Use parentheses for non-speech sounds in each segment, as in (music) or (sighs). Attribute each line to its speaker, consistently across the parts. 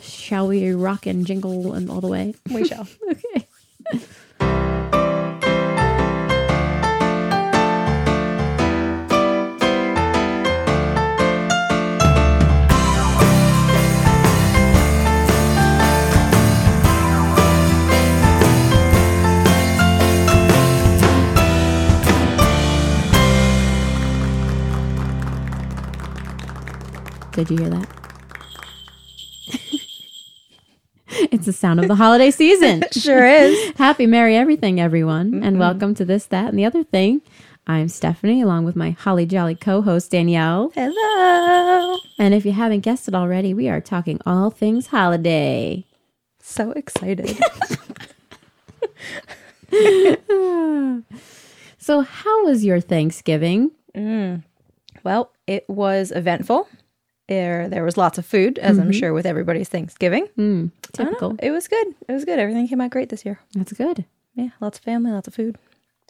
Speaker 1: Shall we rock and jingle and all the way?
Speaker 2: We shall.
Speaker 1: Okay. Did you hear that? (laughs) it's the sound of the holiday season.
Speaker 2: (laughs) sure
Speaker 1: (laughs)
Speaker 2: Mm-hmm. is.
Speaker 1: Happy Merry Everything, everyone, and welcome to this, that, and the other thing. I'm Stephanie, along with my holly jolly co host, Danielle.
Speaker 2: Hello.
Speaker 1: And if you haven't guessed it already, we are talking all things holiday.
Speaker 2: So excited. (laughs)
Speaker 1: So, how was your Thanksgiving?
Speaker 2: well, it was eventful. There, there was lots of food, as I'm
Speaker 1: Mm-hmm.
Speaker 2: sure with everybody's Thanksgiving. I don't know.
Speaker 1: Typical.
Speaker 2: It was good. It was good. Everything came out great this year.
Speaker 1: That's good.
Speaker 2: Yeah, lots of family, lots of food.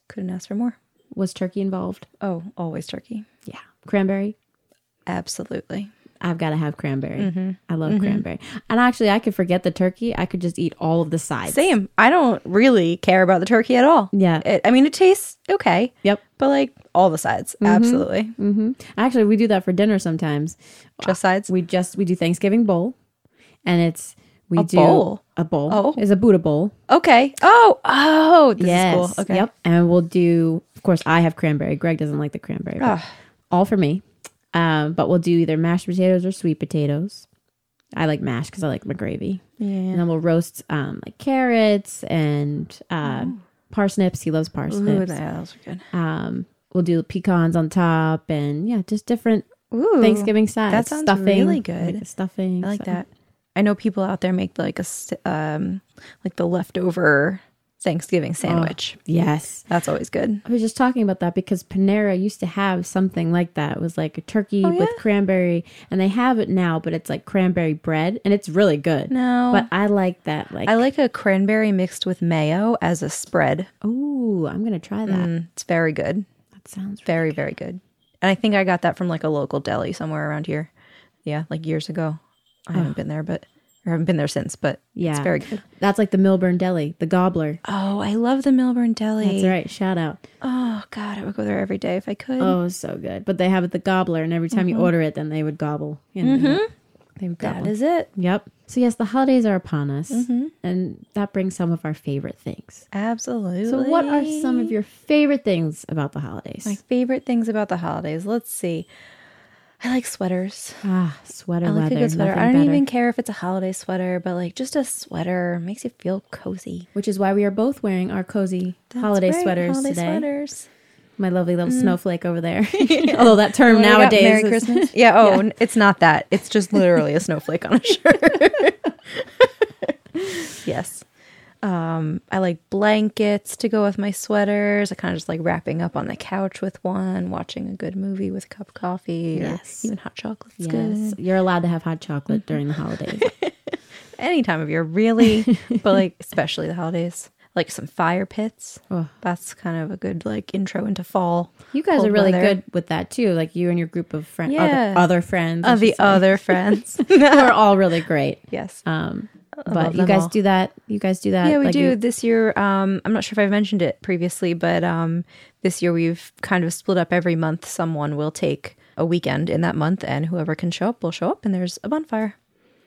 Speaker 2: Couldn't ask for more.
Speaker 1: Was turkey involved?
Speaker 2: Oh, always turkey.
Speaker 1: Yeah. Cranberry?
Speaker 2: Absolutely.
Speaker 1: I've got to have cranberry.
Speaker 2: Mm-hmm.
Speaker 1: I love cranberry. And actually, I could forget the turkey. I could just eat all of the sides.
Speaker 2: Same. I don't really care about the turkey at all.
Speaker 1: Yeah.
Speaker 2: It, I mean, it tastes okay.
Speaker 1: Yep. Mm-hmm.
Speaker 2: But like all the sides, absolutely.
Speaker 1: hmm Actually, we do that for dinner sometimes.
Speaker 2: Just sides.
Speaker 1: We just we do Thanksgiving bowl, and it's we do
Speaker 2: bowl?
Speaker 1: a bowl.
Speaker 2: Oh.
Speaker 1: is a Buddha bowl.
Speaker 2: Okay. Oh, oh, this is cool. Okay.
Speaker 1: Yep. And we'll do. Of course, I have cranberry. Greg doesn't like the cranberry. but
Speaker 2: Ah.
Speaker 1: All for me. Um, but we'll do either mashed potatoes or sweet potatoes. I like mashed because I like my gravy.
Speaker 2: Yeah.
Speaker 1: And then we'll roast um, like carrots and uh, parsnips. He loves
Speaker 2: Mm. Ooh,
Speaker 1: parsnips.
Speaker 2: those are good.
Speaker 1: Um, we'll do pecans on top and yeah, just different
Speaker 2: Ooh,
Speaker 1: Thanksgiving sides.
Speaker 2: that sounds
Speaker 1: stuffing,
Speaker 2: really
Speaker 1: like
Speaker 2: good.
Speaker 1: stuffing.
Speaker 2: I like
Speaker 1: so-
Speaker 2: that. I know people out there make like a s- um like the leftover Thanksgiving sandwich.
Speaker 1: Yes.
Speaker 2: That's always good.
Speaker 1: I was just talking about that because Panera used to have something like that. It was like a turkey with
Speaker 2: Oh, yeah?
Speaker 1: cranberry, and they have it now, but it's like cranberry bread, and it's really good.
Speaker 2: No.
Speaker 1: But I like that. Like,
Speaker 2: I like a cranberry mixed with mayo as a spread.
Speaker 1: ooh, I'm gonna try that.
Speaker 2: Mm, it's very good.
Speaker 1: That sounds really
Speaker 2: Very very good. And I think I got that from like a local deli somewhere around here. Yeah, like years ago. I haven't been there, but or haven't been there since. But
Speaker 1: yeah.
Speaker 2: it's very good.
Speaker 1: That's like the Milburn Deli, the Gobbler.
Speaker 2: Oh, I love the Melbourne deli.
Speaker 1: That's right. Shout out.
Speaker 2: Oh God, I would go there every day if I could.
Speaker 1: Oh, so good. But they have it the Gobbler, and every time you order it, then they would gobble. You know, They would gobble.
Speaker 2: Mm-hmm. that is Mm-hmm. it.
Speaker 1: Yep. So yes, the holidays are upon us, and that brings some of our favorite things.
Speaker 2: Absolutely.
Speaker 1: So, what are some of your favorite things about the holidays?
Speaker 2: My favorite things about the holidays. Let's see. I like sweaters.
Speaker 1: ah, sweater
Speaker 2: I like
Speaker 1: weather.
Speaker 2: a good sweater.
Speaker 1: nothing
Speaker 2: I don't
Speaker 1: better.
Speaker 2: even care if it's a holiday sweater, but like just a sweater makes you feel cozy.
Speaker 1: Which is why we are both wearing our cozy
Speaker 2: That's
Speaker 1: holiday
Speaker 2: right,
Speaker 1: sweaters
Speaker 2: holiday
Speaker 1: today.
Speaker 2: Sweaters.
Speaker 1: My lovely little snowflake over
Speaker 2: (laughs)
Speaker 1: there. (laughs) Although that term
Speaker 2: What do we got?
Speaker 1: nowadays,
Speaker 2: Merry
Speaker 1: is-
Speaker 2: Christmas. (laughs) yeah. Oh, n- it's not that. It's just literally a snowflake (laughs) on a shirt. yes. Um, I like blankets to go with my sweaters. I kind of just like wrapping up on the couch with one, watching a good movie with a cup of coffee. or
Speaker 1: Yes.
Speaker 2: Even hot chocolate's
Speaker 1: yes,
Speaker 2: good. Mm-hmm.
Speaker 1: you're allowed to have hot chocolate during the
Speaker 2: (laughs)
Speaker 1: holidays.
Speaker 2: Any time of year, really,
Speaker 1: (laughs)
Speaker 2: but like especially the holidays. Like some fire pits.
Speaker 1: Oh.
Speaker 2: That's kind of a good like intro into fall.
Speaker 1: You guys
Speaker 2: Cold
Speaker 1: are really
Speaker 2: weather.
Speaker 1: good with that too. Like you and your group of friends,
Speaker 2: Yeah.
Speaker 1: other, other friends, I
Speaker 2: Of the
Speaker 1: should say, (laughs)
Speaker 2: other friends.
Speaker 1: who
Speaker 2: (laughs)
Speaker 1: are all really great.
Speaker 2: yes.
Speaker 1: Um,
Speaker 2: love
Speaker 1: Uh, but you
Speaker 2: them
Speaker 1: guys
Speaker 2: all.
Speaker 1: do that. You guys do that.
Speaker 2: Yeah, we
Speaker 1: like
Speaker 2: do.
Speaker 1: you-
Speaker 2: this year, um, I'm not sure if I've mentioned it previously, but um, this year we've kind of split up every month. Someone will take a weekend in that month, and whoever can show up will show up, and there's a bonfire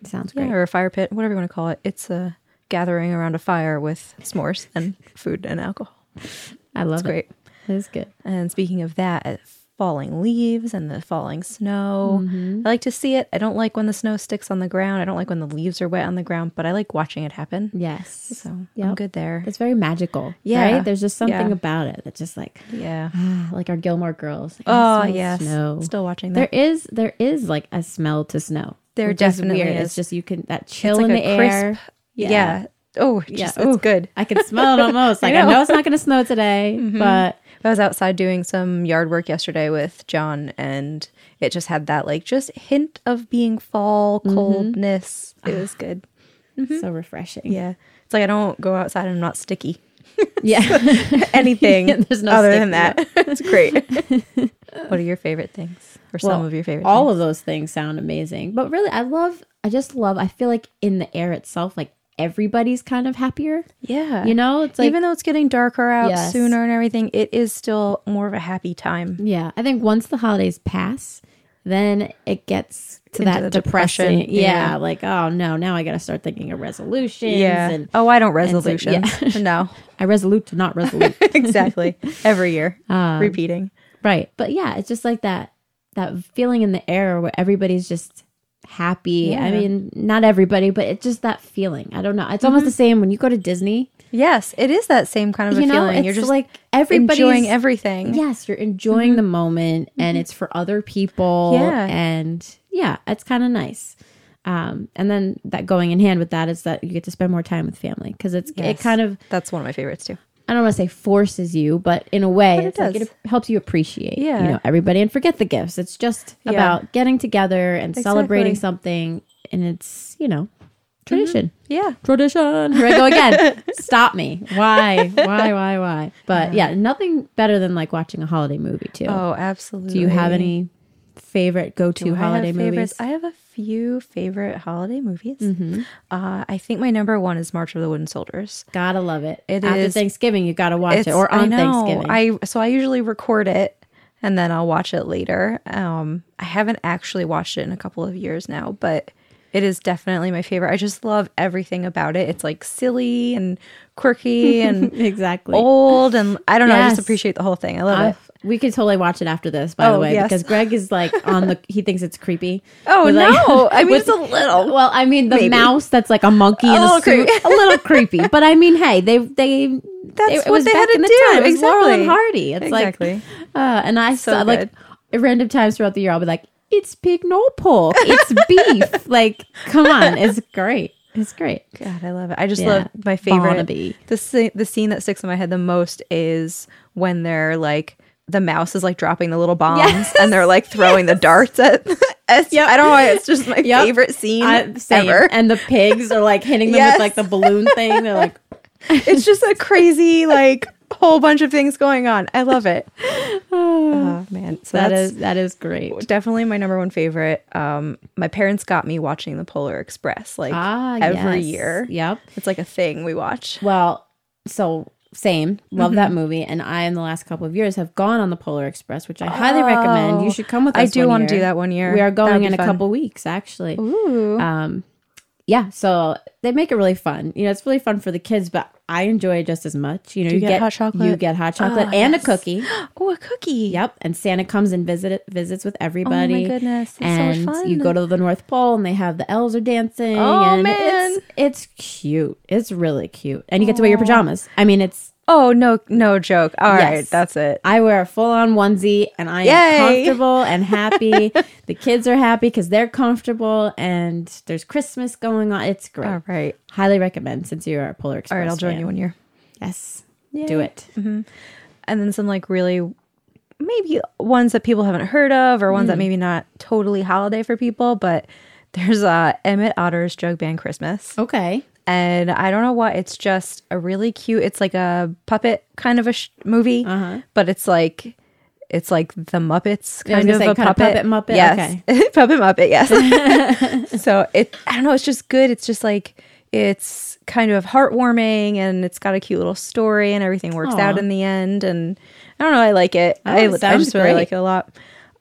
Speaker 1: sounds great.
Speaker 2: yeah, or a fire pit, whatever you want to call it. It's a gathering around a fire with s'mores and food and alcohol.
Speaker 1: I love
Speaker 2: It's
Speaker 1: it.
Speaker 2: great.
Speaker 1: It is good.
Speaker 2: And speaking of that, uh, falling leaves and the falling snow.
Speaker 1: Mm-hmm.
Speaker 2: I like to see it. I don't like when the snow sticks on the ground. I don't like when the leaves are wet on the ground, but I like watching it happen.
Speaker 1: Yes.
Speaker 2: So I'm
Speaker 1: Yep.
Speaker 2: good there.
Speaker 1: It's very magical.
Speaker 2: Yeah.
Speaker 1: Right? There's just something
Speaker 2: Yeah.
Speaker 1: about it that's just like
Speaker 2: Yeah.
Speaker 1: ah, like our Gilmore girls. Like,
Speaker 2: Oh
Speaker 1: it smells
Speaker 2: yes,
Speaker 1: Snow.
Speaker 2: still watching
Speaker 1: There
Speaker 2: that.
Speaker 1: is there is like a smell to snow.
Speaker 2: There
Speaker 1: which
Speaker 2: definitely
Speaker 1: is weird.
Speaker 2: is.
Speaker 1: It's just you can that chill
Speaker 2: like
Speaker 1: in
Speaker 2: a
Speaker 1: the
Speaker 2: crisp-
Speaker 1: air.
Speaker 2: yeah. Oh, it
Speaker 1: Yeah.
Speaker 2: just,
Speaker 1: Ooh.
Speaker 2: it's good.
Speaker 1: I can smell it almost.
Speaker 2: (laughs)
Speaker 1: Like I know,
Speaker 2: know. Mm-hmm.
Speaker 1: it's not gonna snow
Speaker 2: (laughs)
Speaker 1: today, but
Speaker 2: I was outside doing some yard work yesterday with John, and it just had that like just hint of being fall
Speaker 1: Mm-hmm.
Speaker 2: coldness. It was
Speaker 1: (sighs)
Speaker 2: good. Mm-hmm.
Speaker 1: so refreshing.
Speaker 2: Yeah, it's like I don't go outside and I'm not sticky.
Speaker 1: Yeah.
Speaker 2: (laughs) Anything
Speaker 1: There's no
Speaker 2: other than (laughs)
Speaker 1: sticky. (laughs)
Speaker 2: that. it's great. what are your favorite things? or some
Speaker 1: Well,
Speaker 2: of your favorite
Speaker 1: all of those things sound amazing but really i love i just love i feel like in the air itself like everybody's kind of happier
Speaker 2: things. yeah
Speaker 1: you know it's like
Speaker 2: even though it's getting darker out
Speaker 1: Yes.
Speaker 2: sooner and everything it is still more of a happy time
Speaker 1: yeah i think once the holidays pass then it gets to
Speaker 2: Into
Speaker 1: that
Speaker 2: the
Speaker 1: depression
Speaker 2: depression,
Speaker 1: Yeah,
Speaker 2: yeah.
Speaker 1: like oh no now i gotta start thinking of resolutions and
Speaker 2: oh i don't
Speaker 1: so- (laughs)
Speaker 2: resolutions (laughs) no
Speaker 1: i resolute to not resolute
Speaker 2: exactly every year
Speaker 1: Um,
Speaker 2: repeating
Speaker 1: (laughs) Right. But yeah, it's just like that that feeling in the air where everybody's just happy. I
Speaker 2: Yeah.
Speaker 1: mean, not everybody, but it's just that feeling. I don't know. It's almost the same when you go to Disney.
Speaker 2: yes it is that same kind of
Speaker 1: You
Speaker 2: a
Speaker 1: know,
Speaker 2: feeling you're
Speaker 1: it's
Speaker 2: just
Speaker 1: like
Speaker 2: like
Speaker 1: everybody's-
Speaker 2: enjoying everything Mm-hmm.
Speaker 1: Yes, you're enjoying the moment and it's for other people.
Speaker 2: Yeah.
Speaker 1: And yeah, it's kind of nice. Um, and then that going in hand with that is that you get to spend more time with family because it's it
Speaker 2: Yes.
Speaker 1: kind of
Speaker 2: that's one of my favorites too
Speaker 1: I don't want to say forces you, but in a way,
Speaker 2: But it
Speaker 1: it's like it,
Speaker 2: does.
Speaker 1: helps you appreciate, you
Speaker 2: Yeah.
Speaker 1: know, everybody and forget the gifts. It's just
Speaker 2: Yeah.
Speaker 1: about getting together and celebrating
Speaker 2: Exactly. Mm-hmm.
Speaker 1: something, and it's you know, tradition,
Speaker 2: yeah
Speaker 1: tradition. Here I go
Speaker 2: (laughs)
Speaker 1: again. Stop me. Why? Why? Why? Why? But yeah, nothing better than like watching a holiday movie too.
Speaker 2: oh absolutely
Speaker 1: Do you have any favorite go-to
Speaker 2: Do I have
Speaker 1: holiday movies? Mm-hmm.
Speaker 2: favorites? I have a few favorite holiday movies. Uh, I think my number one is March of the Wooden Soldiers.
Speaker 1: gotta love it.
Speaker 2: It
Speaker 1: After
Speaker 2: is-
Speaker 1: Thanksgiving, you gotta watch it, or
Speaker 2: I
Speaker 1: on
Speaker 2: know.
Speaker 1: Thanksgiving.
Speaker 2: I so I usually record it and then I'll watch it later. Um, I haven't actually watched it in a couple of years now, but it is definitely my favorite. I just love everything about it. It's like silly and
Speaker 1: (laughs)
Speaker 2: quirky and
Speaker 1: (laughs) exactly.
Speaker 2: old and I don't know. I
Speaker 1: Yes.
Speaker 2: just appreciate the whole thing. I love
Speaker 1: I-
Speaker 2: it.
Speaker 1: we could totally watch it after this, by the
Speaker 2: Oh,
Speaker 1: way,
Speaker 2: yes.
Speaker 1: because Greg is like on the. He thinks it's creepy.
Speaker 2: (laughs) Oh
Speaker 1: With, like- (laughs)
Speaker 2: no! I mean,
Speaker 1: with-
Speaker 2: it's a little.
Speaker 1: Well, I mean, the
Speaker 2: Maybe. Oh,
Speaker 1: mouse that's like a monkey in
Speaker 2: A
Speaker 1: a
Speaker 2: little
Speaker 1: suit,
Speaker 2: creepy.
Speaker 1: a
Speaker 2: (laughs)
Speaker 1: little creepy. But I mean, hey, they they
Speaker 2: That's
Speaker 1: it, it
Speaker 2: what
Speaker 1: was
Speaker 2: they
Speaker 1: back
Speaker 2: had to
Speaker 1: in the
Speaker 2: do,
Speaker 1: time. It was Laurel and
Speaker 2: exactly.
Speaker 1: Hardy. It's
Speaker 2: Exactly.
Speaker 1: like, uh, and I
Speaker 2: So
Speaker 1: saw like
Speaker 2: good.
Speaker 1: at random times throughout the year, I'll be like, it's pig no pork, it's
Speaker 2: (laughs)
Speaker 1: beef. like, come on, it's great. It's great.
Speaker 2: God, I love it. I just
Speaker 1: Yeah.
Speaker 2: love my favorite.
Speaker 1: Barnaby.
Speaker 2: The sce- the scene that sticks in my head the most is when they're like the mouse is like dropping the little bombs
Speaker 1: Yes.
Speaker 2: and they're like throwing the darts at. (laughs) at I don't know why it's just my
Speaker 1: Yep.
Speaker 2: favorite scene
Speaker 1: I, same. (laughs)
Speaker 2: ever.
Speaker 1: And the pigs are like hitting them
Speaker 2: Yes.
Speaker 1: with like the balloon thing. They're
Speaker 2: (laughs)
Speaker 1: like,
Speaker 2: It's just a crazy like whole bunch of things going on. I
Speaker 1: (sighs)
Speaker 2: love it. oh man, so
Speaker 1: that
Speaker 2: that's
Speaker 1: is that is great.
Speaker 2: definitely my number one favorite. Um, my parents got me watching the Polar Express like
Speaker 1: Ah,
Speaker 2: every
Speaker 1: yes.
Speaker 2: year.
Speaker 1: Yep.
Speaker 2: It's like a thing we watch.
Speaker 1: Well, so same. Love that
Speaker 2: Mm-hmm.
Speaker 1: movie. And I, in the last couple of years, have gone on the Polar Express, which I highly recommend. You
Speaker 2: Oh,
Speaker 1: should come with us.
Speaker 2: I do
Speaker 1: want
Speaker 2: want to do that one year.
Speaker 1: We are
Speaker 2: That would
Speaker 1: going
Speaker 2: be
Speaker 1: in a
Speaker 2: fun.
Speaker 1: couple weeks, actually.
Speaker 2: Ooh.
Speaker 1: Um, yeah. So they make it really fun. You know, it's really fun for the kids, but I enjoy it just as much. You know, you,
Speaker 2: get hot chocolate? Ah,
Speaker 1: You get hot chocolate and a
Speaker 2: (gasps)
Speaker 1: cookie. (gasps)
Speaker 2: Oh, a cookie.
Speaker 1: Yep, and Santa comes and visit visits with everybody.
Speaker 2: goodness, that's so much
Speaker 1: and
Speaker 2: fun.
Speaker 1: you go to the North Pole, and they have the elves are dancing.
Speaker 2: Oh,
Speaker 1: and
Speaker 2: man.
Speaker 1: it's, it's cute. It's really cute, and you get to wear your pajamas. I mean, it's
Speaker 2: Oh no, no joke. All right,
Speaker 1: Yes.
Speaker 2: that's it.
Speaker 1: I wear a full on onesie, and I am
Speaker 2: Yay.
Speaker 1: comfortable
Speaker 2: (laughs)
Speaker 1: and happy. the kids are happy because they're comfortable, and there's Christmas going on. It's great.
Speaker 2: All right,
Speaker 1: Highly recommend since you're a Polar Express.
Speaker 2: all right. I'll join
Speaker 1: fan.
Speaker 2: you one year.
Speaker 1: Yes, do
Speaker 2: Yay. Mm-hmm.
Speaker 1: it.
Speaker 2: And then some like really, maybe ones that people haven't heard of, or ones that maybe not totally holiday for people. But there's uh, Emmett Otter's Jug Band Christmas,
Speaker 1: Okay.
Speaker 2: and I don't know what. It's just a really cute. It's like a puppet kind of a sh- movie, but it's like. It's like the Muppets
Speaker 1: Yeah, I Uh-huh. was
Speaker 2: kind
Speaker 1: gonna
Speaker 2: of
Speaker 1: say,
Speaker 2: a
Speaker 1: kind of
Speaker 2: puppet.
Speaker 1: puppet Muppet,
Speaker 2: Yes. (laughs) puppet Muppet, yes.
Speaker 1: (laughs)
Speaker 2: so it i don't know it's just good it's just like it's kind of heartwarming and it's got a cute little story and everything works out
Speaker 1: Aw.
Speaker 2: in the end and i don't know i like it I,
Speaker 1: it
Speaker 2: I
Speaker 1: sounds
Speaker 2: just really
Speaker 1: great.
Speaker 2: like it a lot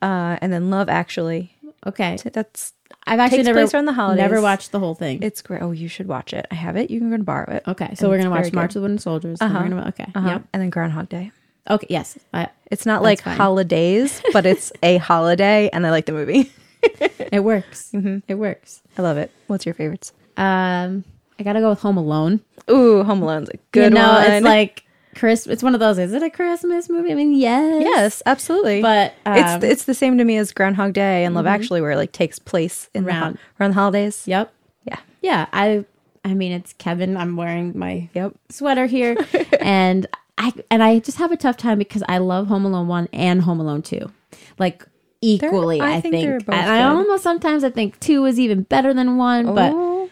Speaker 2: uh and then love actually
Speaker 1: Okay.
Speaker 2: that's
Speaker 1: I've actually
Speaker 2: Takes
Speaker 1: never
Speaker 2: place around the
Speaker 1: Never
Speaker 2: holidays.
Speaker 1: watched the whole thing.
Speaker 2: it's great oh you should watch it i have it you can go and borrow it
Speaker 1: Okay, so we're
Speaker 2: it's
Speaker 1: gonna watch
Speaker 2: very
Speaker 1: March
Speaker 2: good.
Speaker 1: of the Wooden Soldiers. and we're gonna- okay.
Speaker 2: Uh-huh.
Speaker 1: Yep.
Speaker 2: and then groundhog day
Speaker 1: Okay. Yes. I,
Speaker 2: it's not like
Speaker 1: fine.
Speaker 2: holidays but it's
Speaker 1: (laughs)
Speaker 2: a holiday and i like the movie
Speaker 1: it works.
Speaker 2: Mm-hmm.
Speaker 1: It works.
Speaker 2: i love it what's your favorites
Speaker 1: Um, I gotta go with Home Alone.
Speaker 2: ooh home alone's a good
Speaker 1: you know,
Speaker 2: one
Speaker 1: it's like Christmas. It's one of those. Is it a Christmas movie? I mean, yes.
Speaker 2: (laughs) yes absolutely
Speaker 1: But um, Mm-hmm.
Speaker 2: it's it's the same to me as Groundhog Day and Love Actually, where it like takes place in
Speaker 1: Round.
Speaker 2: the, ho- around the holidays.
Speaker 1: yep.
Speaker 2: Yeah.
Speaker 1: Yeah. I. I mean, it's Kevin. I'm wearing my
Speaker 2: Yep.
Speaker 1: sweater
Speaker 2: (laughs)
Speaker 1: here, and I and I just have a tough time because I love Home Alone one and Home Alone two, like equally.
Speaker 2: I
Speaker 1: I,
Speaker 2: think
Speaker 1: think,
Speaker 2: they're both
Speaker 1: and I
Speaker 2: good. Oh,
Speaker 1: almost sometimes I think two is even better than one, but
Speaker 2: Ooh.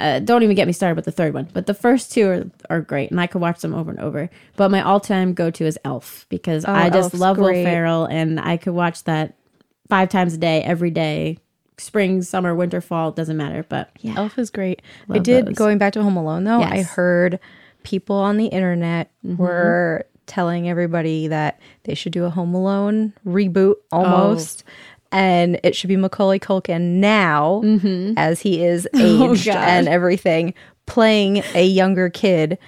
Speaker 1: uh, don't even get me started with the third one. But the first two are, are great, and I could watch them over and over. But my all time go to is Elf because I just
Speaker 2: Oh, Elf's
Speaker 1: love
Speaker 2: great.
Speaker 1: Will Ferrell, and I could watch that five times a day, every day, spring, summer, winter, fall, doesn't matter. But yeah,
Speaker 2: Elf is great. I
Speaker 1: Love
Speaker 2: did
Speaker 1: those.
Speaker 2: going back to Home Alone though. I
Speaker 1: Yes. Mm-hmm.
Speaker 2: heard people on the internet were telling everybody that they should do a Home Alone reboot almost.
Speaker 1: Oh.
Speaker 2: And it should be Macaulay Culkin now,
Speaker 1: Mm-hmm.
Speaker 2: as
Speaker 1: (laughs)
Speaker 2: he is aged
Speaker 1: God.
Speaker 2: and everything, playing a younger kid,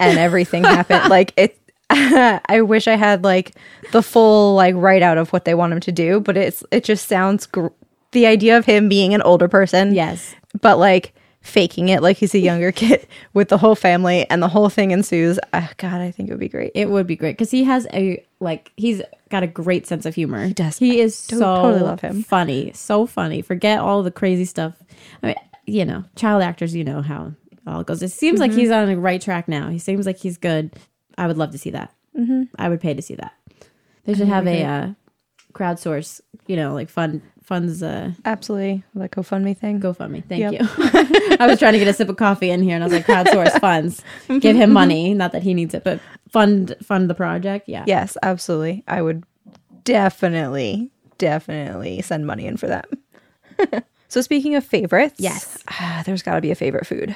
Speaker 2: and
Speaker 1: (laughs)
Speaker 2: everything happened. Like it, (laughs) I wish I had like the full like write out of what they want him to do, but it's it just sounds gr- the idea of him being an older person,
Speaker 1: yes,
Speaker 2: but like faking it like he's a younger (laughs) kid with the whole family and the whole thing ensues. Ah, God, I think it would be great.
Speaker 1: it would be great because he has a like he's got a great sense of humor. He
Speaker 2: does.
Speaker 1: He is
Speaker 2: do-
Speaker 1: so
Speaker 2: totally love him.
Speaker 1: funny, so funny. Forget all the crazy stuff. I mean, you know, child actors, you know how it all goes. It seems
Speaker 2: Mm-hmm.
Speaker 1: like he's on the right track now. He seems like he's good. I would love to see that. Mm-hmm. I would pay to see that. They should have a uh, crowdsource, you know, like fund funds. Uh,
Speaker 2: Absolutely. The GoFundMe thing.
Speaker 1: GoFundMe. Thank
Speaker 2: Yep.
Speaker 1: you. (laughs) I was trying to get a sip of coffee in here, and I was like, crowdsource
Speaker 2: (laughs)
Speaker 1: funds.
Speaker 2: Mm-hmm.
Speaker 1: Give him money. Not that he needs it, but fund fund the project. Yeah.
Speaker 2: yes, absolutely. I would definitely, definitely send money in for that. (laughs) so speaking of favorites,
Speaker 1: Yes.
Speaker 2: ah, there's got to be a favorite food.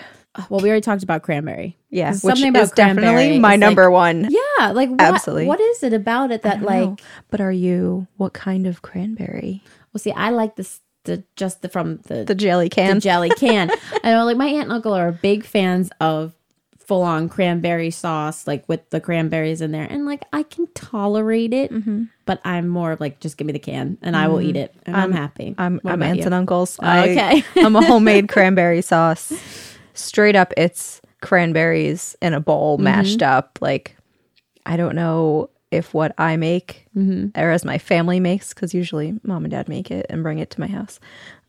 Speaker 1: Well, we already talked about cranberry.
Speaker 2: Yeah,
Speaker 1: There's
Speaker 2: which
Speaker 1: something about
Speaker 2: is definitely
Speaker 1: cranberry.
Speaker 2: my
Speaker 1: It's
Speaker 2: number one.
Speaker 1: Like, yeah. Like what,
Speaker 2: Absolutely.
Speaker 1: What is it about it that like?
Speaker 2: Wow. but are you what kind of cranberry?
Speaker 1: Well, see, I like this the just the from the
Speaker 2: The jelly
Speaker 1: the
Speaker 2: can. (laughs)
Speaker 1: jelly can. I know, like my aunt and uncle are big fans of full on cranberry sauce, like with the cranberries in there, and like I can tolerate it, but I'm more of like just give me the can and I will eat it and Mm-hmm. I'm, happy.
Speaker 2: I'm,
Speaker 1: What
Speaker 2: I'm
Speaker 1: about
Speaker 2: aunts
Speaker 1: you? Oh,
Speaker 2: and uncles. I-
Speaker 1: okay.
Speaker 2: (laughs) I'm a
Speaker 1: (laughs)
Speaker 2: homemade cranberry sauce. Straight up, it's cranberries in a
Speaker 1: Mm-hmm.
Speaker 2: bowl mashed up. Like, I don't know if what I make
Speaker 1: Mm-hmm.
Speaker 2: or as my family makes, because usually mom and dad make it and bring it to my house.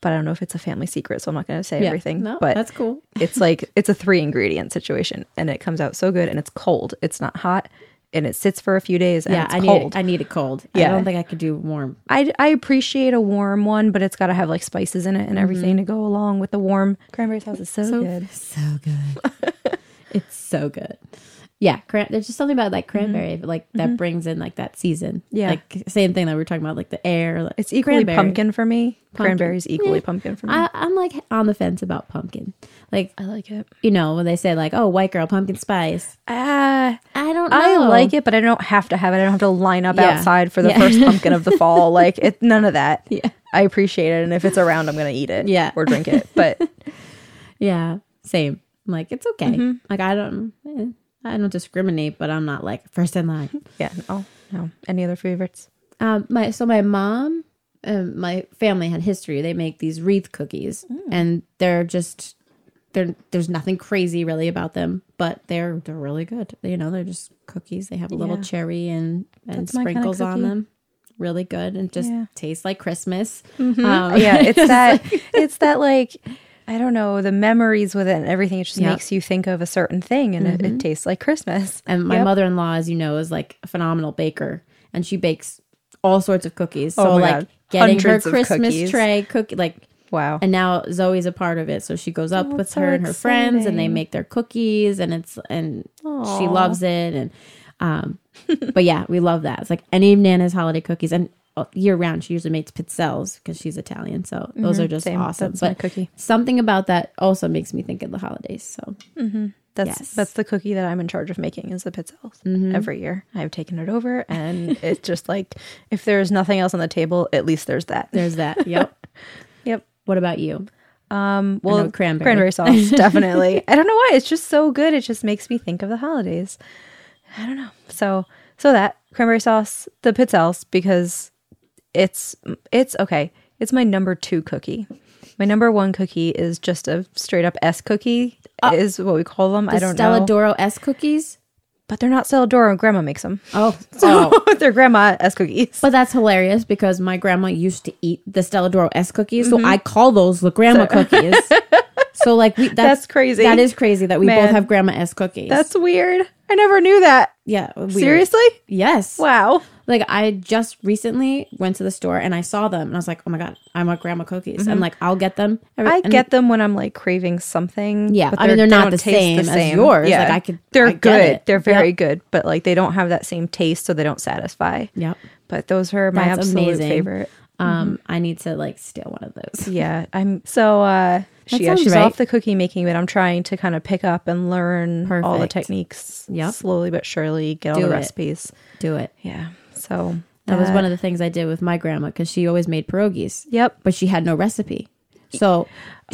Speaker 2: But I don't know if it's a family secret, so I'm not going to say
Speaker 1: Yeah.
Speaker 2: everything.
Speaker 1: No,
Speaker 2: but
Speaker 1: that's cool.
Speaker 2: it's like it's a three ingredient situation, and it comes out so good, and it's cold. It's not hot, and it sits for a few days, and
Speaker 1: Yeah,
Speaker 2: it's
Speaker 1: I need
Speaker 2: cold.
Speaker 1: it, I need it cold.
Speaker 2: Yeah.
Speaker 1: I don't think I could do warm.
Speaker 2: I, I appreciate a warm one, but it's got to have like spices in it and everything to go along with the warm Mm-hmm. cranberry sauce. Is so, good.
Speaker 1: So good. it's so good. Yeah, cran- there's just something about like cranberry, like that brings in like that season.
Speaker 2: Yeah.
Speaker 1: like same thing that we were talking about, like the air. Like,
Speaker 2: It's equally
Speaker 1: cranberry.
Speaker 2: pumpkin for me. Cranberry's equally pumpkin for me.
Speaker 1: I, I'm like on the fence about pumpkin. Like
Speaker 2: like it.
Speaker 1: you know when they say like, oh, white girl, pumpkin spice.
Speaker 2: Ah,
Speaker 1: I don't. know.
Speaker 2: I like it, but I don't have to have it. I don't have to line up
Speaker 1: Yeah.
Speaker 2: outside for the
Speaker 1: Yeah.
Speaker 2: first pumpkin (laughs) of the fall. Like it, none of that.
Speaker 1: Yeah.
Speaker 2: I appreciate it, and if it's around, I'm gonna eat it.
Speaker 1: Yeah.
Speaker 2: or drink it. (laughs) But
Speaker 1: Yeah, same. I'm like it's okay. Like I don't. eh, I don't discriminate, but I'm not like first in line.
Speaker 2: yeah, no, no. Any other favorites?
Speaker 1: Um, my so my mom, um, my family had history. They make these wreath cookies,
Speaker 2: Mm.
Speaker 1: and they're just they're there's nothing crazy really about them, but they're they're really good. You know, they're just cookies. They have a little
Speaker 2: Yeah.
Speaker 1: cherry and and
Speaker 2: That's my kinda
Speaker 1: sprinkles on
Speaker 2: cookie.
Speaker 1: them. Really good and just
Speaker 2: Yeah. Mm-hmm.
Speaker 1: tastes like Christmas. (laughs) Um,
Speaker 2: Yeah, it's that.
Speaker 1: (laughs)
Speaker 2: it's that like. I don't know the memories with it and everything. It just
Speaker 1: Yeah. Mm-hmm.
Speaker 2: makes you think of a certain thing, and it, it tastes like Christmas.
Speaker 1: (laughs) And my
Speaker 2: Yep.
Speaker 1: mother in law, as you know, is like a phenomenal baker and she bakes all sorts of cookies.
Speaker 2: Oh
Speaker 1: So,
Speaker 2: my
Speaker 1: like,
Speaker 2: God.
Speaker 1: getting
Speaker 2: Hundreds
Speaker 1: her
Speaker 2: of
Speaker 1: Christmas
Speaker 2: cookies.
Speaker 1: tray cookie, like,
Speaker 2: Wow.
Speaker 1: and now Zoe's a part of it. So she goes up with
Speaker 2: Oh, that's so
Speaker 1: her and her friends, and they
Speaker 2: exciting.
Speaker 1: make their cookies, and it's and she
Speaker 2: Aw.
Speaker 1: loves it. And um, (laughs) but yeah, we love that. It's like any of Nana's holiday cookies, and uh, year round she usually makes pizzelles because she's Italian. So those are just
Speaker 2: Mm-hmm, same.
Speaker 1: awesome.
Speaker 2: That's my
Speaker 1: but
Speaker 2: cookie.
Speaker 1: something about that also makes me think of the holidays. So
Speaker 2: That's
Speaker 1: Yes. Mm-hmm.
Speaker 2: that's the cookie that I'm in charge of making is the pizzelles every year. I've taken it over, and it's just like if there's nothing else on the table, at least
Speaker 1: (laughs)
Speaker 2: there's that.
Speaker 1: there's that.
Speaker 2: (laughs)
Speaker 1: yep.
Speaker 2: Yep.
Speaker 1: What about you?
Speaker 2: Um. Well,
Speaker 1: know cranberry.
Speaker 2: sauce, definitely. I don't know why. It's just so good. It just makes me think of the holidays. I don't know. So so that cranberry sauce, the pizzelles, because it's it's okay. It's my number two cookie. My number one cookie is just a straight up S cookie. is what we call them. I don't
Speaker 1: Stella
Speaker 2: know,
Speaker 1: Doro S cookies.
Speaker 2: but they're not Stella Doro. Grandma makes them.
Speaker 1: Oh,
Speaker 2: (laughs) So their grandma as cookies.
Speaker 1: But that's hilarious because my grandma used to eat the Stella Doro S cookies,
Speaker 2: Mm-hmm.
Speaker 1: so I call those the grandma
Speaker 2: (laughs)
Speaker 1: cookies. so like we, that's,
Speaker 2: That's crazy.
Speaker 1: That is crazy that we both
Speaker 2: Man.
Speaker 1: have grandma S cookies.
Speaker 2: That's weird. I never knew that.
Speaker 1: yeah. Weird.
Speaker 2: Seriously?
Speaker 1: Yes.
Speaker 2: Wow.
Speaker 1: Like I just recently went to the store and I saw them and I was like, oh my god, I want grandma cookies. And like I'll get them. Every-
Speaker 2: Mm-hmm. I
Speaker 1: and-
Speaker 2: get them when I'm like craving something.
Speaker 1: Yeah, I mean,
Speaker 2: they're-
Speaker 1: they're not
Speaker 2: don't
Speaker 1: the
Speaker 2: taste
Speaker 1: same as yours. Like, I could-
Speaker 2: They're
Speaker 1: I get
Speaker 2: good.
Speaker 1: it.
Speaker 2: They're very good, but like they don't have that same taste, so they don't satisfy.
Speaker 1: Yep.
Speaker 2: But those are my
Speaker 1: That's
Speaker 2: absolute
Speaker 1: amazing. (laughs)
Speaker 2: favorite.
Speaker 1: Um, I need to like steal one of those.
Speaker 2: Yeah, I'm so uh she, yeah,
Speaker 1: sounds
Speaker 2: she's
Speaker 1: right.
Speaker 2: off the cookie making, but I'm trying to kind of pick up and learn all the
Speaker 1: Perfect.
Speaker 2: techniques
Speaker 1: Yep.
Speaker 2: slowly but surely, get all
Speaker 1: Do
Speaker 2: the
Speaker 1: it.
Speaker 2: recipes.
Speaker 1: Do it.
Speaker 2: Yeah. So
Speaker 1: That was one of the things I did with my grandma because she always made pierogies.
Speaker 2: Yep. Oh,
Speaker 1: but she had no recipe. So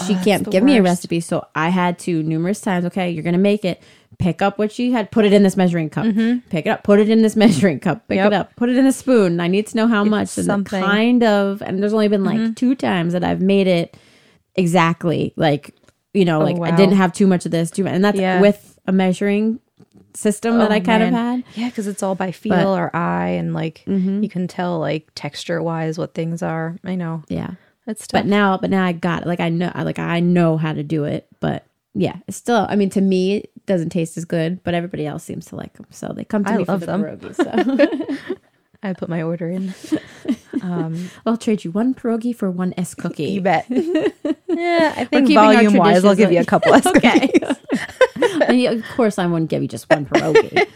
Speaker 1: she can't
Speaker 2: the
Speaker 1: give me a
Speaker 2: worst.
Speaker 1: recipe. So I had to numerous times, okay, you're going to make it. Pick up what she had, put it in this measuring cup. Pick it up, put it in this (laughs) measuring cup. Pick
Speaker 2: Mm-hmm. Yep.
Speaker 1: it up, put it in a spoon. I need to know how much. And the
Speaker 2: something. Mm-hmm.
Speaker 1: kind of, and there's only been like two times that I've made it exactly like, you know, like I
Speaker 2: Oh, wow.
Speaker 1: didn't have too much of this, too much. And that's
Speaker 2: Yeah. Oh,
Speaker 1: with a measuring system that I kind of had.
Speaker 2: Yeah, because it's all by feel or eye and like
Speaker 1: Mm-hmm.
Speaker 2: you can tell like texture wise what things are. I know.
Speaker 1: Yeah.
Speaker 2: It's tough.
Speaker 1: but now but now i got it like i know I- like i know how to do it but yeah it's still i mean to me it doesn't taste as good but everybody else seems to like them so they come to
Speaker 2: I
Speaker 1: me for
Speaker 2: love
Speaker 1: the
Speaker 2: them.
Speaker 1: pierogies
Speaker 2: (laughs)
Speaker 1: so
Speaker 2: I put my
Speaker 1: (laughs)
Speaker 2: order in. Um
Speaker 1: i'll trade you one pierogi for one s cookie (laughs)
Speaker 2: you (laughs) bet. yeah, I think
Speaker 1: keeping our
Speaker 2: volume wise I'll
Speaker 1: traditions
Speaker 2: give you a
Speaker 1: like- (laughs)
Speaker 2: couple of (laughs)
Speaker 1: okay And yeah, of course i wouldn't give you just one
Speaker 2: (laughs)
Speaker 1: pierogi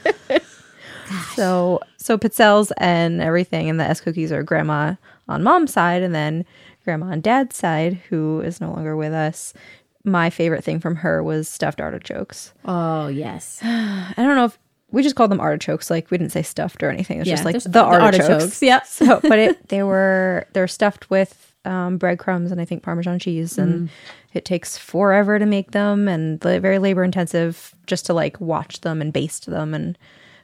Speaker 2: So so pizzelles and everything and the S cookies are grandma on mom's side and then grandma on dad's side who is no longer with us. My favorite thing from her was stuffed artichokes.
Speaker 1: oh yes
Speaker 2: I don't know if we just called them artichokes like we didn't say stuffed or anything. It's
Speaker 1: Yeah,
Speaker 2: just like
Speaker 1: there's-
Speaker 2: the,
Speaker 1: the
Speaker 2: artichokes.
Speaker 1: artichokes, yep.
Speaker 2: (laughs) So Oh, but it they were they're stuffed with um, breadcrumbs and I think Parmesan cheese
Speaker 1: Mm.
Speaker 2: and it takes forever to make them and la- very labor intensive just to like watch them and baste them and